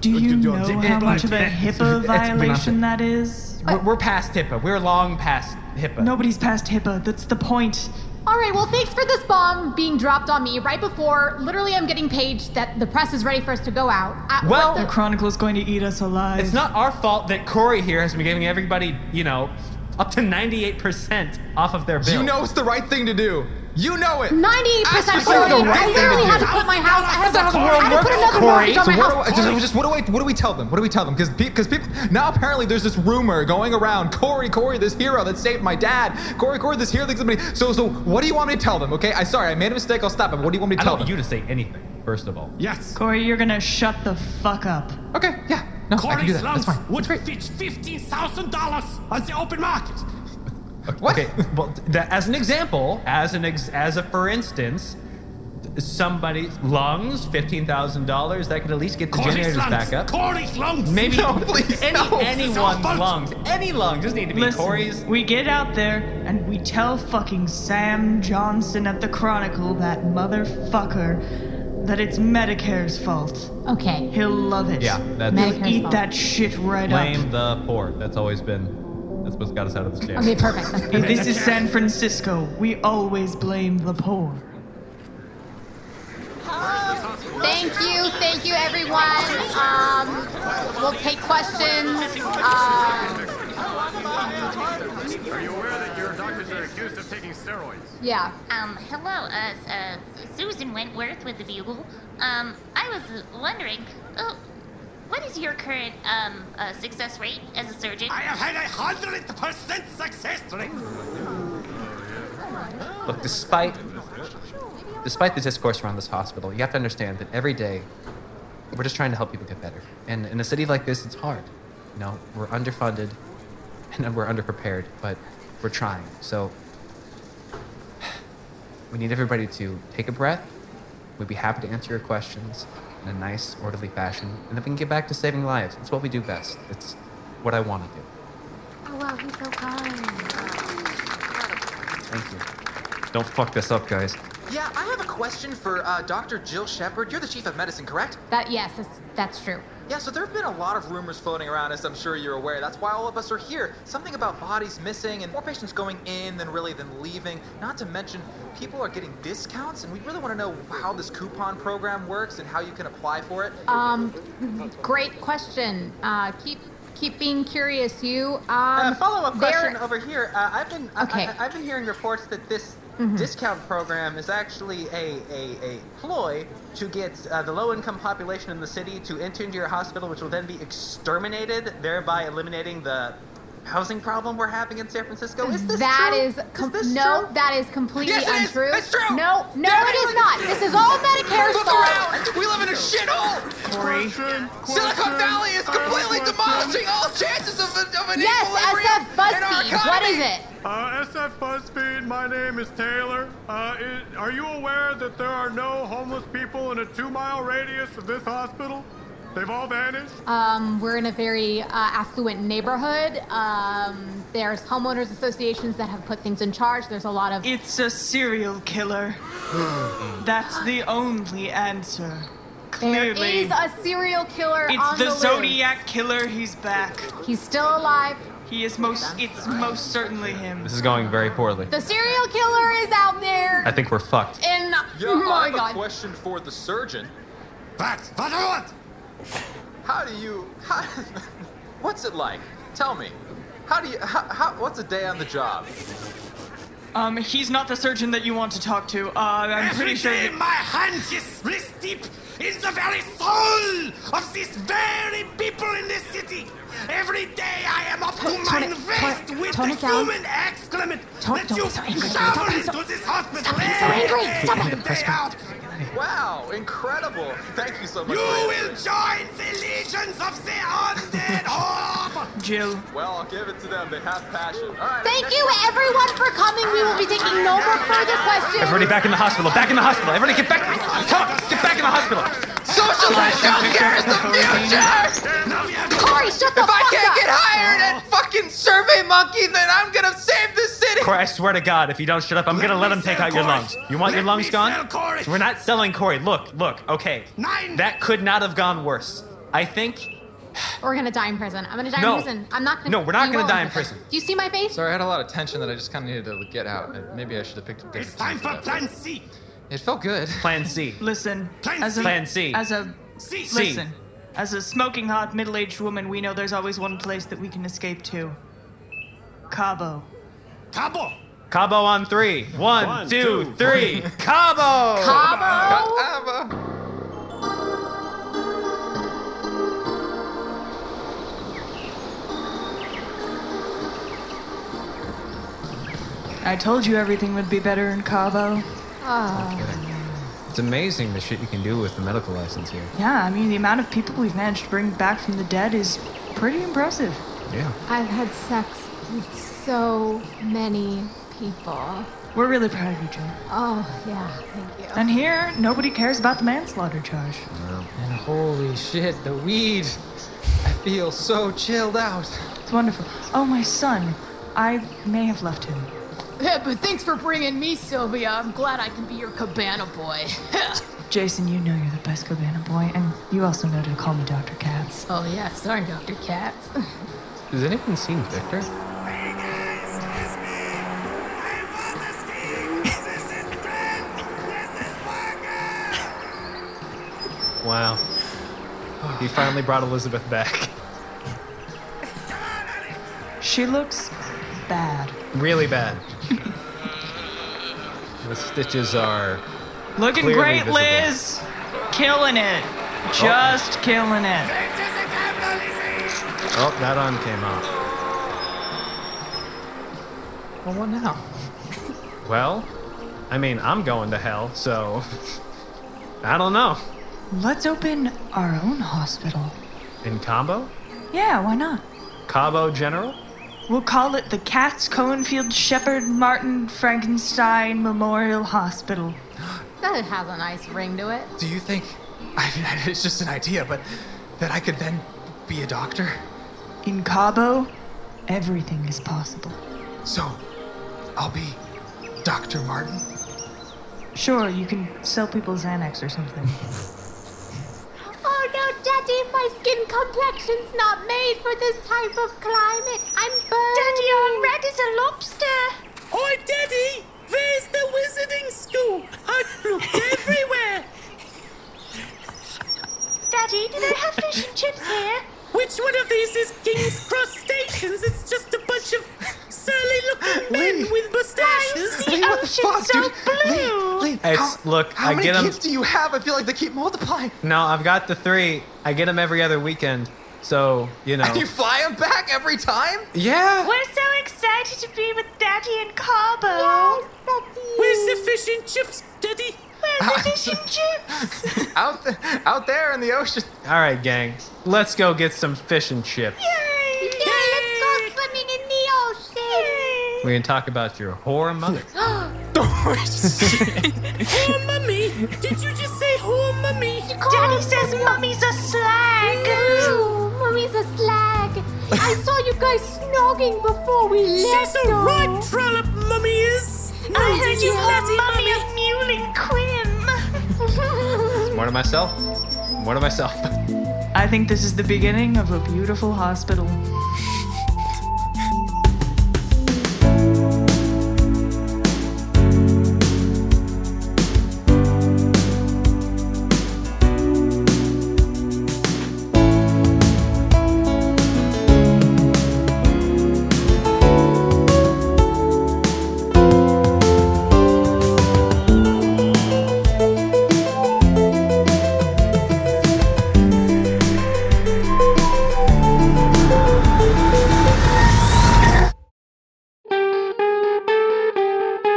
Speaker 6: Do you know how much of a HIPAA
Speaker 5: It's been-
Speaker 6: violation that is?
Speaker 5: We're, we're past HIPAA. We're long past HIPAA.
Speaker 6: Nobody's past HIPAA. That's the point.
Speaker 7: All right, well, thanks for this bomb being dropped on me right before. Literally, I'm getting paged that the press is ready for us to go out. Uh, I,
Speaker 5: Well-
Speaker 7: what
Speaker 6: the Chronicle is going to eat us alive.
Speaker 5: It's not our fault that Corey here has been giving everybody, you know, up to 98% off of their bill.
Speaker 3: You know it's the right thing to do. You know it.
Speaker 7: 98%
Speaker 3: Ask for
Speaker 7: Corey,
Speaker 3: something.
Speaker 7: I literally had to put my house. I had
Speaker 3: That's not
Speaker 7: to, I
Speaker 3: how the world
Speaker 7: had to
Speaker 3: works,
Speaker 7: put another
Speaker 3: Corey.
Speaker 7: mortgage on my
Speaker 3: so what
Speaker 7: house.
Speaker 3: do, I- just, just what do I what do we tell them? What do we tell them? Because because people now apparently there's this rumor going around. Corey, Corey, this hero that saved my dad. Corey, Corey, this hero that saved me. So so what do you want me to tell them? Okay, I sorry I made a mistake. I'll stop it. What do you want me to
Speaker 5: I
Speaker 3: tell
Speaker 5: don't want
Speaker 3: them?
Speaker 5: you to say anything, first of all.
Speaker 8: Yes.
Speaker 6: Corey, you're gonna shut the fuck up.
Speaker 3: Okay, yeah.
Speaker 8: Corey's lungs would fetch fifteen thousand dollars on the open market.
Speaker 5: What? Okay, well, th- that, as an example, as an ex, as a for instance, th- somebody's lungs, fifteen thousand dollars, that could at least get the
Speaker 8: Corey's
Speaker 5: generators
Speaker 8: lungs.
Speaker 5: back up.
Speaker 8: Corey's lungs.
Speaker 5: Maybe
Speaker 8: No, please,
Speaker 5: any
Speaker 8: no. It's our
Speaker 5: anyone's
Speaker 8: fault.
Speaker 5: lungs, any lungs, just need to be
Speaker 6: Listen,
Speaker 5: Corey's.
Speaker 6: we get out there and we tell fucking Sam Johnson at the Chronicle, that motherfucker, that it's Medicare's fault.
Speaker 7: Okay.
Speaker 6: He'll love it.
Speaker 5: Yeah, that's-
Speaker 6: He'll
Speaker 5: Medicare's
Speaker 6: eat
Speaker 5: fault.
Speaker 6: that shit right up.
Speaker 5: Blame the poor. That's always been. That's what's got us out of this jam.
Speaker 7: Okay, perfect. That's
Speaker 6: Hey,
Speaker 7: perfect.
Speaker 6: this is San Francisco. We always blame the poor.
Speaker 7: Thank you, thank you, everyone. Um, we'll take questions. Uh,
Speaker 11: Are you aware that your doctors are accused of taking steroids?
Speaker 7: Yeah.
Speaker 19: Um, hello, uh, uh, Susan Wentworth with the Bugle. Um, I was wondering, uh, what is your current, um, uh, success rate as a surgeon? I
Speaker 8: have had a hundred percent success rate.
Speaker 5: Look, despite
Speaker 7: Oh,
Speaker 5: despite the discourse around this hospital, you have to understand that every day we're just trying to help people get better. And in a city like this, it's hard. You know, we're underfunded and we're underprepared, but we're trying. So we need everybody to take a breath. We'd be happy to answer your questions in a nice, orderly fashion, and then we can get back to saving lives. It's what we do best. It's what I want to do.
Speaker 7: Oh, wow, he's so kind.
Speaker 5: Thank you. Don't fuck this up, guys.
Speaker 3: Yeah, I have a question for uh, Dr. Jill Shepard. You're the chief of medicine, correct?
Speaker 7: That yes, that's, that's true.
Speaker 3: Yeah, so there have been a lot of rumors floating around, as I'm sure you're aware. That's why all of us are here. Something about bodies missing and more patients going in than really than leaving. Not to mention, people are getting discounts, and we really want to know how this coupon program works and how you can apply for it.
Speaker 7: Um, great question. Uh, keep keep being curious, you. Um,
Speaker 3: Uh, follow-up
Speaker 7: there-
Speaker 3: question over here. Uh, I've been I-
Speaker 7: Okay.
Speaker 3: I, I've been hearing reports that this
Speaker 7: Mhm.
Speaker 3: discount program is actually a, a, a ploy to get uh, the low-income population in the city to enter into your hospital, which will then be exterminated, thereby eliminating the housing problem we're having in San Francisco. Is this
Speaker 7: That
Speaker 3: true?
Speaker 7: is com- no, that is completely
Speaker 3: Yes, it is.
Speaker 7: untrue.
Speaker 3: It's true.
Speaker 7: No, no,
Speaker 3: Damn
Speaker 7: it
Speaker 3: it.
Speaker 7: is not. This is all Medicare's
Speaker 3: Look
Speaker 7: fault.
Speaker 3: around. We live in a shithole.
Speaker 6: Corey.
Speaker 3: Silicon Valley is completely demolishing all chances of, a, of an
Speaker 7: Yes,
Speaker 3: equilibrium
Speaker 7: SF
Speaker 3: in our
Speaker 7: BuzzFeed. What is
Speaker 3: economy.
Speaker 7: it?
Speaker 11: Uh, SF BuzzFeed, my name is Taylor. Uh, i are you aware that there are no homeless people in a two mile radius of this hospital? They've all vanished?
Speaker 7: Um, we're in a very uh, affluent neighborhood. Um, there's homeowners associations that have put things in charge. There's a lot of
Speaker 6: It's a serial killer. That's the only answer.
Speaker 7: there
Speaker 6: Clearly.
Speaker 7: is a serial killer
Speaker 6: it's
Speaker 7: on the,
Speaker 6: the
Speaker 7: loose.
Speaker 6: Zodiac killer. He's back.
Speaker 7: He's still alive.
Speaker 6: He is most. It's most certainly him.
Speaker 9: This is going very poorly.
Speaker 7: The serial killer is out there.
Speaker 9: I think we're fucked.
Speaker 7: And
Speaker 3: Yeah, I
Speaker 7: Oh my
Speaker 3: have a
Speaker 7: God,
Speaker 3: question for the surgeon. What? What do you want? How do you? How, what's it like? Tell me. How do you? How, how, what's a day on the job?
Speaker 6: Um, he's not the surgeon that you want to talk to. Uh, I'm pretty
Speaker 8: Every
Speaker 6: sure.
Speaker 8: day
Speaker 6: that-
Speaker 8: my hand is wrist deep in the very soul of these very people in this city. Every day I am up to
Speaker 6: Tone-
Speaker 8: my
Speaker 6: tone it-
Speaker 8: wrist
Speaker 6: tone it-
Speaker 8: with
Speaker 6: tone
Speaker 8: the
Speaker 6: it down.
Speaker 8: human excrement
Speaker 6: Tone-
Speaker 8: that
Speaker 6: don't
Speaker 8: you
Speaker 6: be so angry. Don't
Speaker 8: shovel
Speaker 6: be so-
Speaker 8: into this hospital.
Speaker 6: Stop being so angry.
Speaker 8: every
Speaker 6: Stop
Speaker 8: day
Speaker 6: it. Press
Speaker 8: out.
Speaker 3: Wow! Incredible. Thank you so much.
Speaker 8: You
Speaker 3: for
Speaker 8: will join the legions of the undead horde.
Speaker 6: Jill.
Speaker 3: Well, I'll give it to them. They have passion. All right.
Speaker 7: Thank you, everyone, for coming. We will be taking no more further questions.
Speaker 9: Everybody back in the hospital. Back in the hospital. Everybody get back. Come on. Get back in the hospital.
Speaker 3: Socialized healthcare is the future.
Speaker 7: Corey, shut the
Speaker 3: If I
Speaker 7: fuck
Speaker 3: can't
Speaker 7: up.
Speaker 3: get hired at fucking Survey Monkey, then I'm gonna save this city.
Speaker 9: Corey, I swear to God, if you don't shut up, I'm gonna let him take out your lungs. You want your lungs gone? We're not selling Corey. Look, look. Okay. That could not have gone worse. I think.
Speaker 7: We're gonna die in prison. I'm gonna die
Speaker 9: No.
Speaker 7: in prison. I'm not gonna.
Speaker 9: No, we're not
Speaker 7: you
Speaker 9: gonna
Speaker 7: won't.
Speaker 9: die in prison.
Speaker 7: Do you see my face?
Speaker 20: Sorry, I had a lot of tension that I just kind of needed to get out. Uh, Maybe I should have picked up. It's time for
Speaker 8: Plan C.
Speaker 20: It felt good.
Speaker 9: Plan C.
Speaker 6: Listen.
Speaker 20: Plan
Speaker 6: as a,
Speaker 20: C. Plan C.
Speaker 6: As a.
Speaker 20: C.
Speaker 6: Listen. As a smoking hot middle aged woman, we know there's always one place that we can escape to. Cabo.
Speaker 8: Cabo.
Speaker 9: Cabo on three. One,
Speaker 6: One,
Speaker 9: two,
Speaker 6: two,
Speaker 9: three.
Speaker 20: Oh,
Speaker 9: Cabo.
Speaker 7: Cabo.
Speaker 6: I told you everything would be better in Cabo.
Speaker 7: Ah.
Speaker 5: It's amazing the shit you can do with the medical license here.
Speaker 6: Yeah, I mean, the amount of people we've managed to bring back from the dead is pretty impressive.
Speaker 5: Yeah.
Speaker 7: I've had sex with so many people.
Speaker 6: We're really proud of you, Jill.
Speaker 7: Oh yeah, thank you.
Speaker 6: And here, nobody cares about the manslaughter charge.
Speaker 20: And holy shit, the weed. I feel so chilled out.
Speaker 6: It's wonderful. Oh, my son. I may have left him.
Speaker 21: Yeah, but thanks for bringing me, Sylvia. I'm glad I can be your cabana boy.
Speaker 6: Jason, you know you're the best cabana boy, and you also know to call me Dr. Katz.
Speaker 21: oh yeah, sorry, Dr. Katz.
Speaker 5: Has anyone seen Victor? Wow. He finally brought Elizabeth back.
Speaker 6: She looks bad.
Speaker 5: Really bad. the stitches are.
Speaker 6: Looking
Speaker 5: clearly
Speaker 6: great,
Speaker 5: visible.
Speaker 6: Liz! Killing it.
Speaker 20: Oh.
Speaker 6: Just killing it.
Speaker 5: Oh, that arm came off. Well, what now? Well, I mean, I'm going to hell, so. I don't know.
Speaker 6: Let's open our own hospital.
Speaker 5: In Cabo?
Speaker 6: Yeah, why not?
Speaker 5: Cabo General?
Speaker 6: We'll call it the Katz Cohenfield Shepherd Martin Frankenstein Memorial Hospital.
Speaker 7: That has a nice ring to it.
Speaker 20: Do you think? I mean, it's just an idea, but that I could then be a doctor.
Speaker 6: In Cabo, everything is possible.
Speaker 20: So, I'll be Doctor Martin.
Speaker 6: Sure, you can sell people Xanax or something.
Speaker 9: Oh no, Daddy, my skin complexion's not made for this type of climate. I'm burning. Daddy, I'm red as a lobster.
Speaker 8: Oi, Daddy! Where's the wizarding school? I've looked everywhere!
Speaker 22: Daddy, do they have fish and chips here?
Speaker 8: Which one of these is King's Cross Stations? It's just a bunch of surly looking men with mustaches.
Speaker 22: the ocean's fuck, so dude?
Speaker 8: blue.
Speaker 5: It's look.
Speaker 23: How
Speaker 5: I
Speaker 23: many
Speaker 5: get them.
Speaker 23: kids do you have? I feel like they keep multiplying.
Speaker 5: No, I've got the three. I get them every other weekend. So you know.
Speaker 23: And you fly them back every time?
Speaker 5: yeah.
Speaker 22: We're so excited to be with Daddy and Carbo. Yes, Daddy.
Speaker 8: Where's the fish and chips, Daddy?
Speaker 22: Where's the fish and chips?
Speaker 23: out, th- out there in the ocean.
Speaker 5: All right, gang. Let's go get some fish and chips.
Speaker 9: Yay! Yeah, let's go swimming in the ocean.
Speaker 5: We can talk about your whore mother.
Speaker 8: Oh, mummy! Did you just say whore, mummy?
Speaker 9: Daddy says mummy's a slag. Ooh, mummy's a slag. I saw you guys snogging before we left.
Speaker 8: She's a right trollop, mummy is. No,
Speaker 9: I heard
Speaker 8: did
Speaker 9: you call
Speaker 8: laddie,
Speaker 9: mummy
Speaker 8: mummy?
Speaker 9: a mule and quim.
Speaker 5: More to myself. More to myself.
Speaker 6: I think this is the beginning of a beautiful hospital.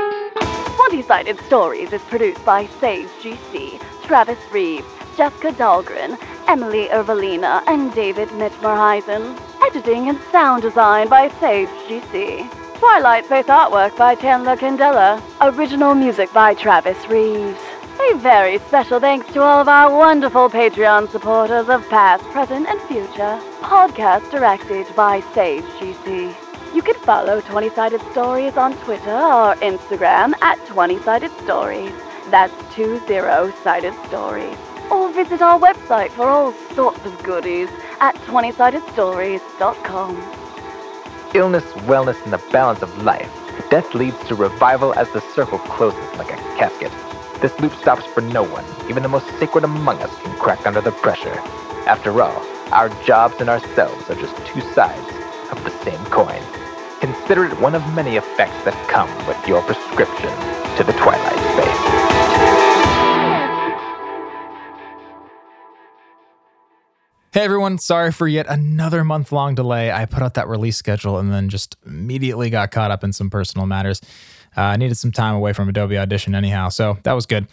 Speaker 1: One-Sided Stories is produced by Sage GC, Travis Reeves, Jessica Dahlgren, Emily Ervelina, and David Mitmerheisen. Editing and sound design by Sage GC. Twilight Faith artwork by Chandler Candela. Original music by Travis Reeves. A very special thanks to all of our wonderful Patreon supporters of past, present, and future. Podcast directed by Sage GC. You can follow 20 Sided Stories on Twitter or Instagram at 20 Sided Stories. That's 20 Sided Stories. Or visit our website for all sorts of goodies at 20sidedstories.com.
Speaker 2: illness, wellness, and the balance of life. Death leads to revival as the circle closes like a casket. This loop stops for no one. Even the most sacred among us can crack under the pressure. After all, our jobs and ourselves are just two sides of the same coin. Consider it one of many effects that come with your prescription to the Twilight Space.
Speaker 3: Hey everyone, sorry for yet another month long delay. I put out that release schedule and then just immediately got caught up in some personal matters. Uh, I needed some time away from Adobe Audition, anyhow, so that was good.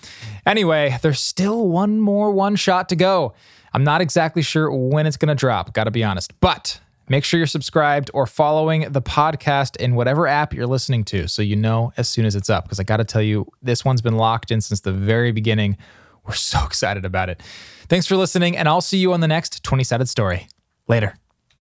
Speaker 3: Anyway, there's still one more one shot to go. I'm not exactly sure when it's going to drop, gotta be honest, but make sure you're subscribed or following the podcast in whatever app you're listening to so you know as soon as it's up, because I gotta tell you, this one's been locked in since the very beginning. We're so excited about it. Thanks for listening, and I'll see you on the next 20 Sided Story. Later.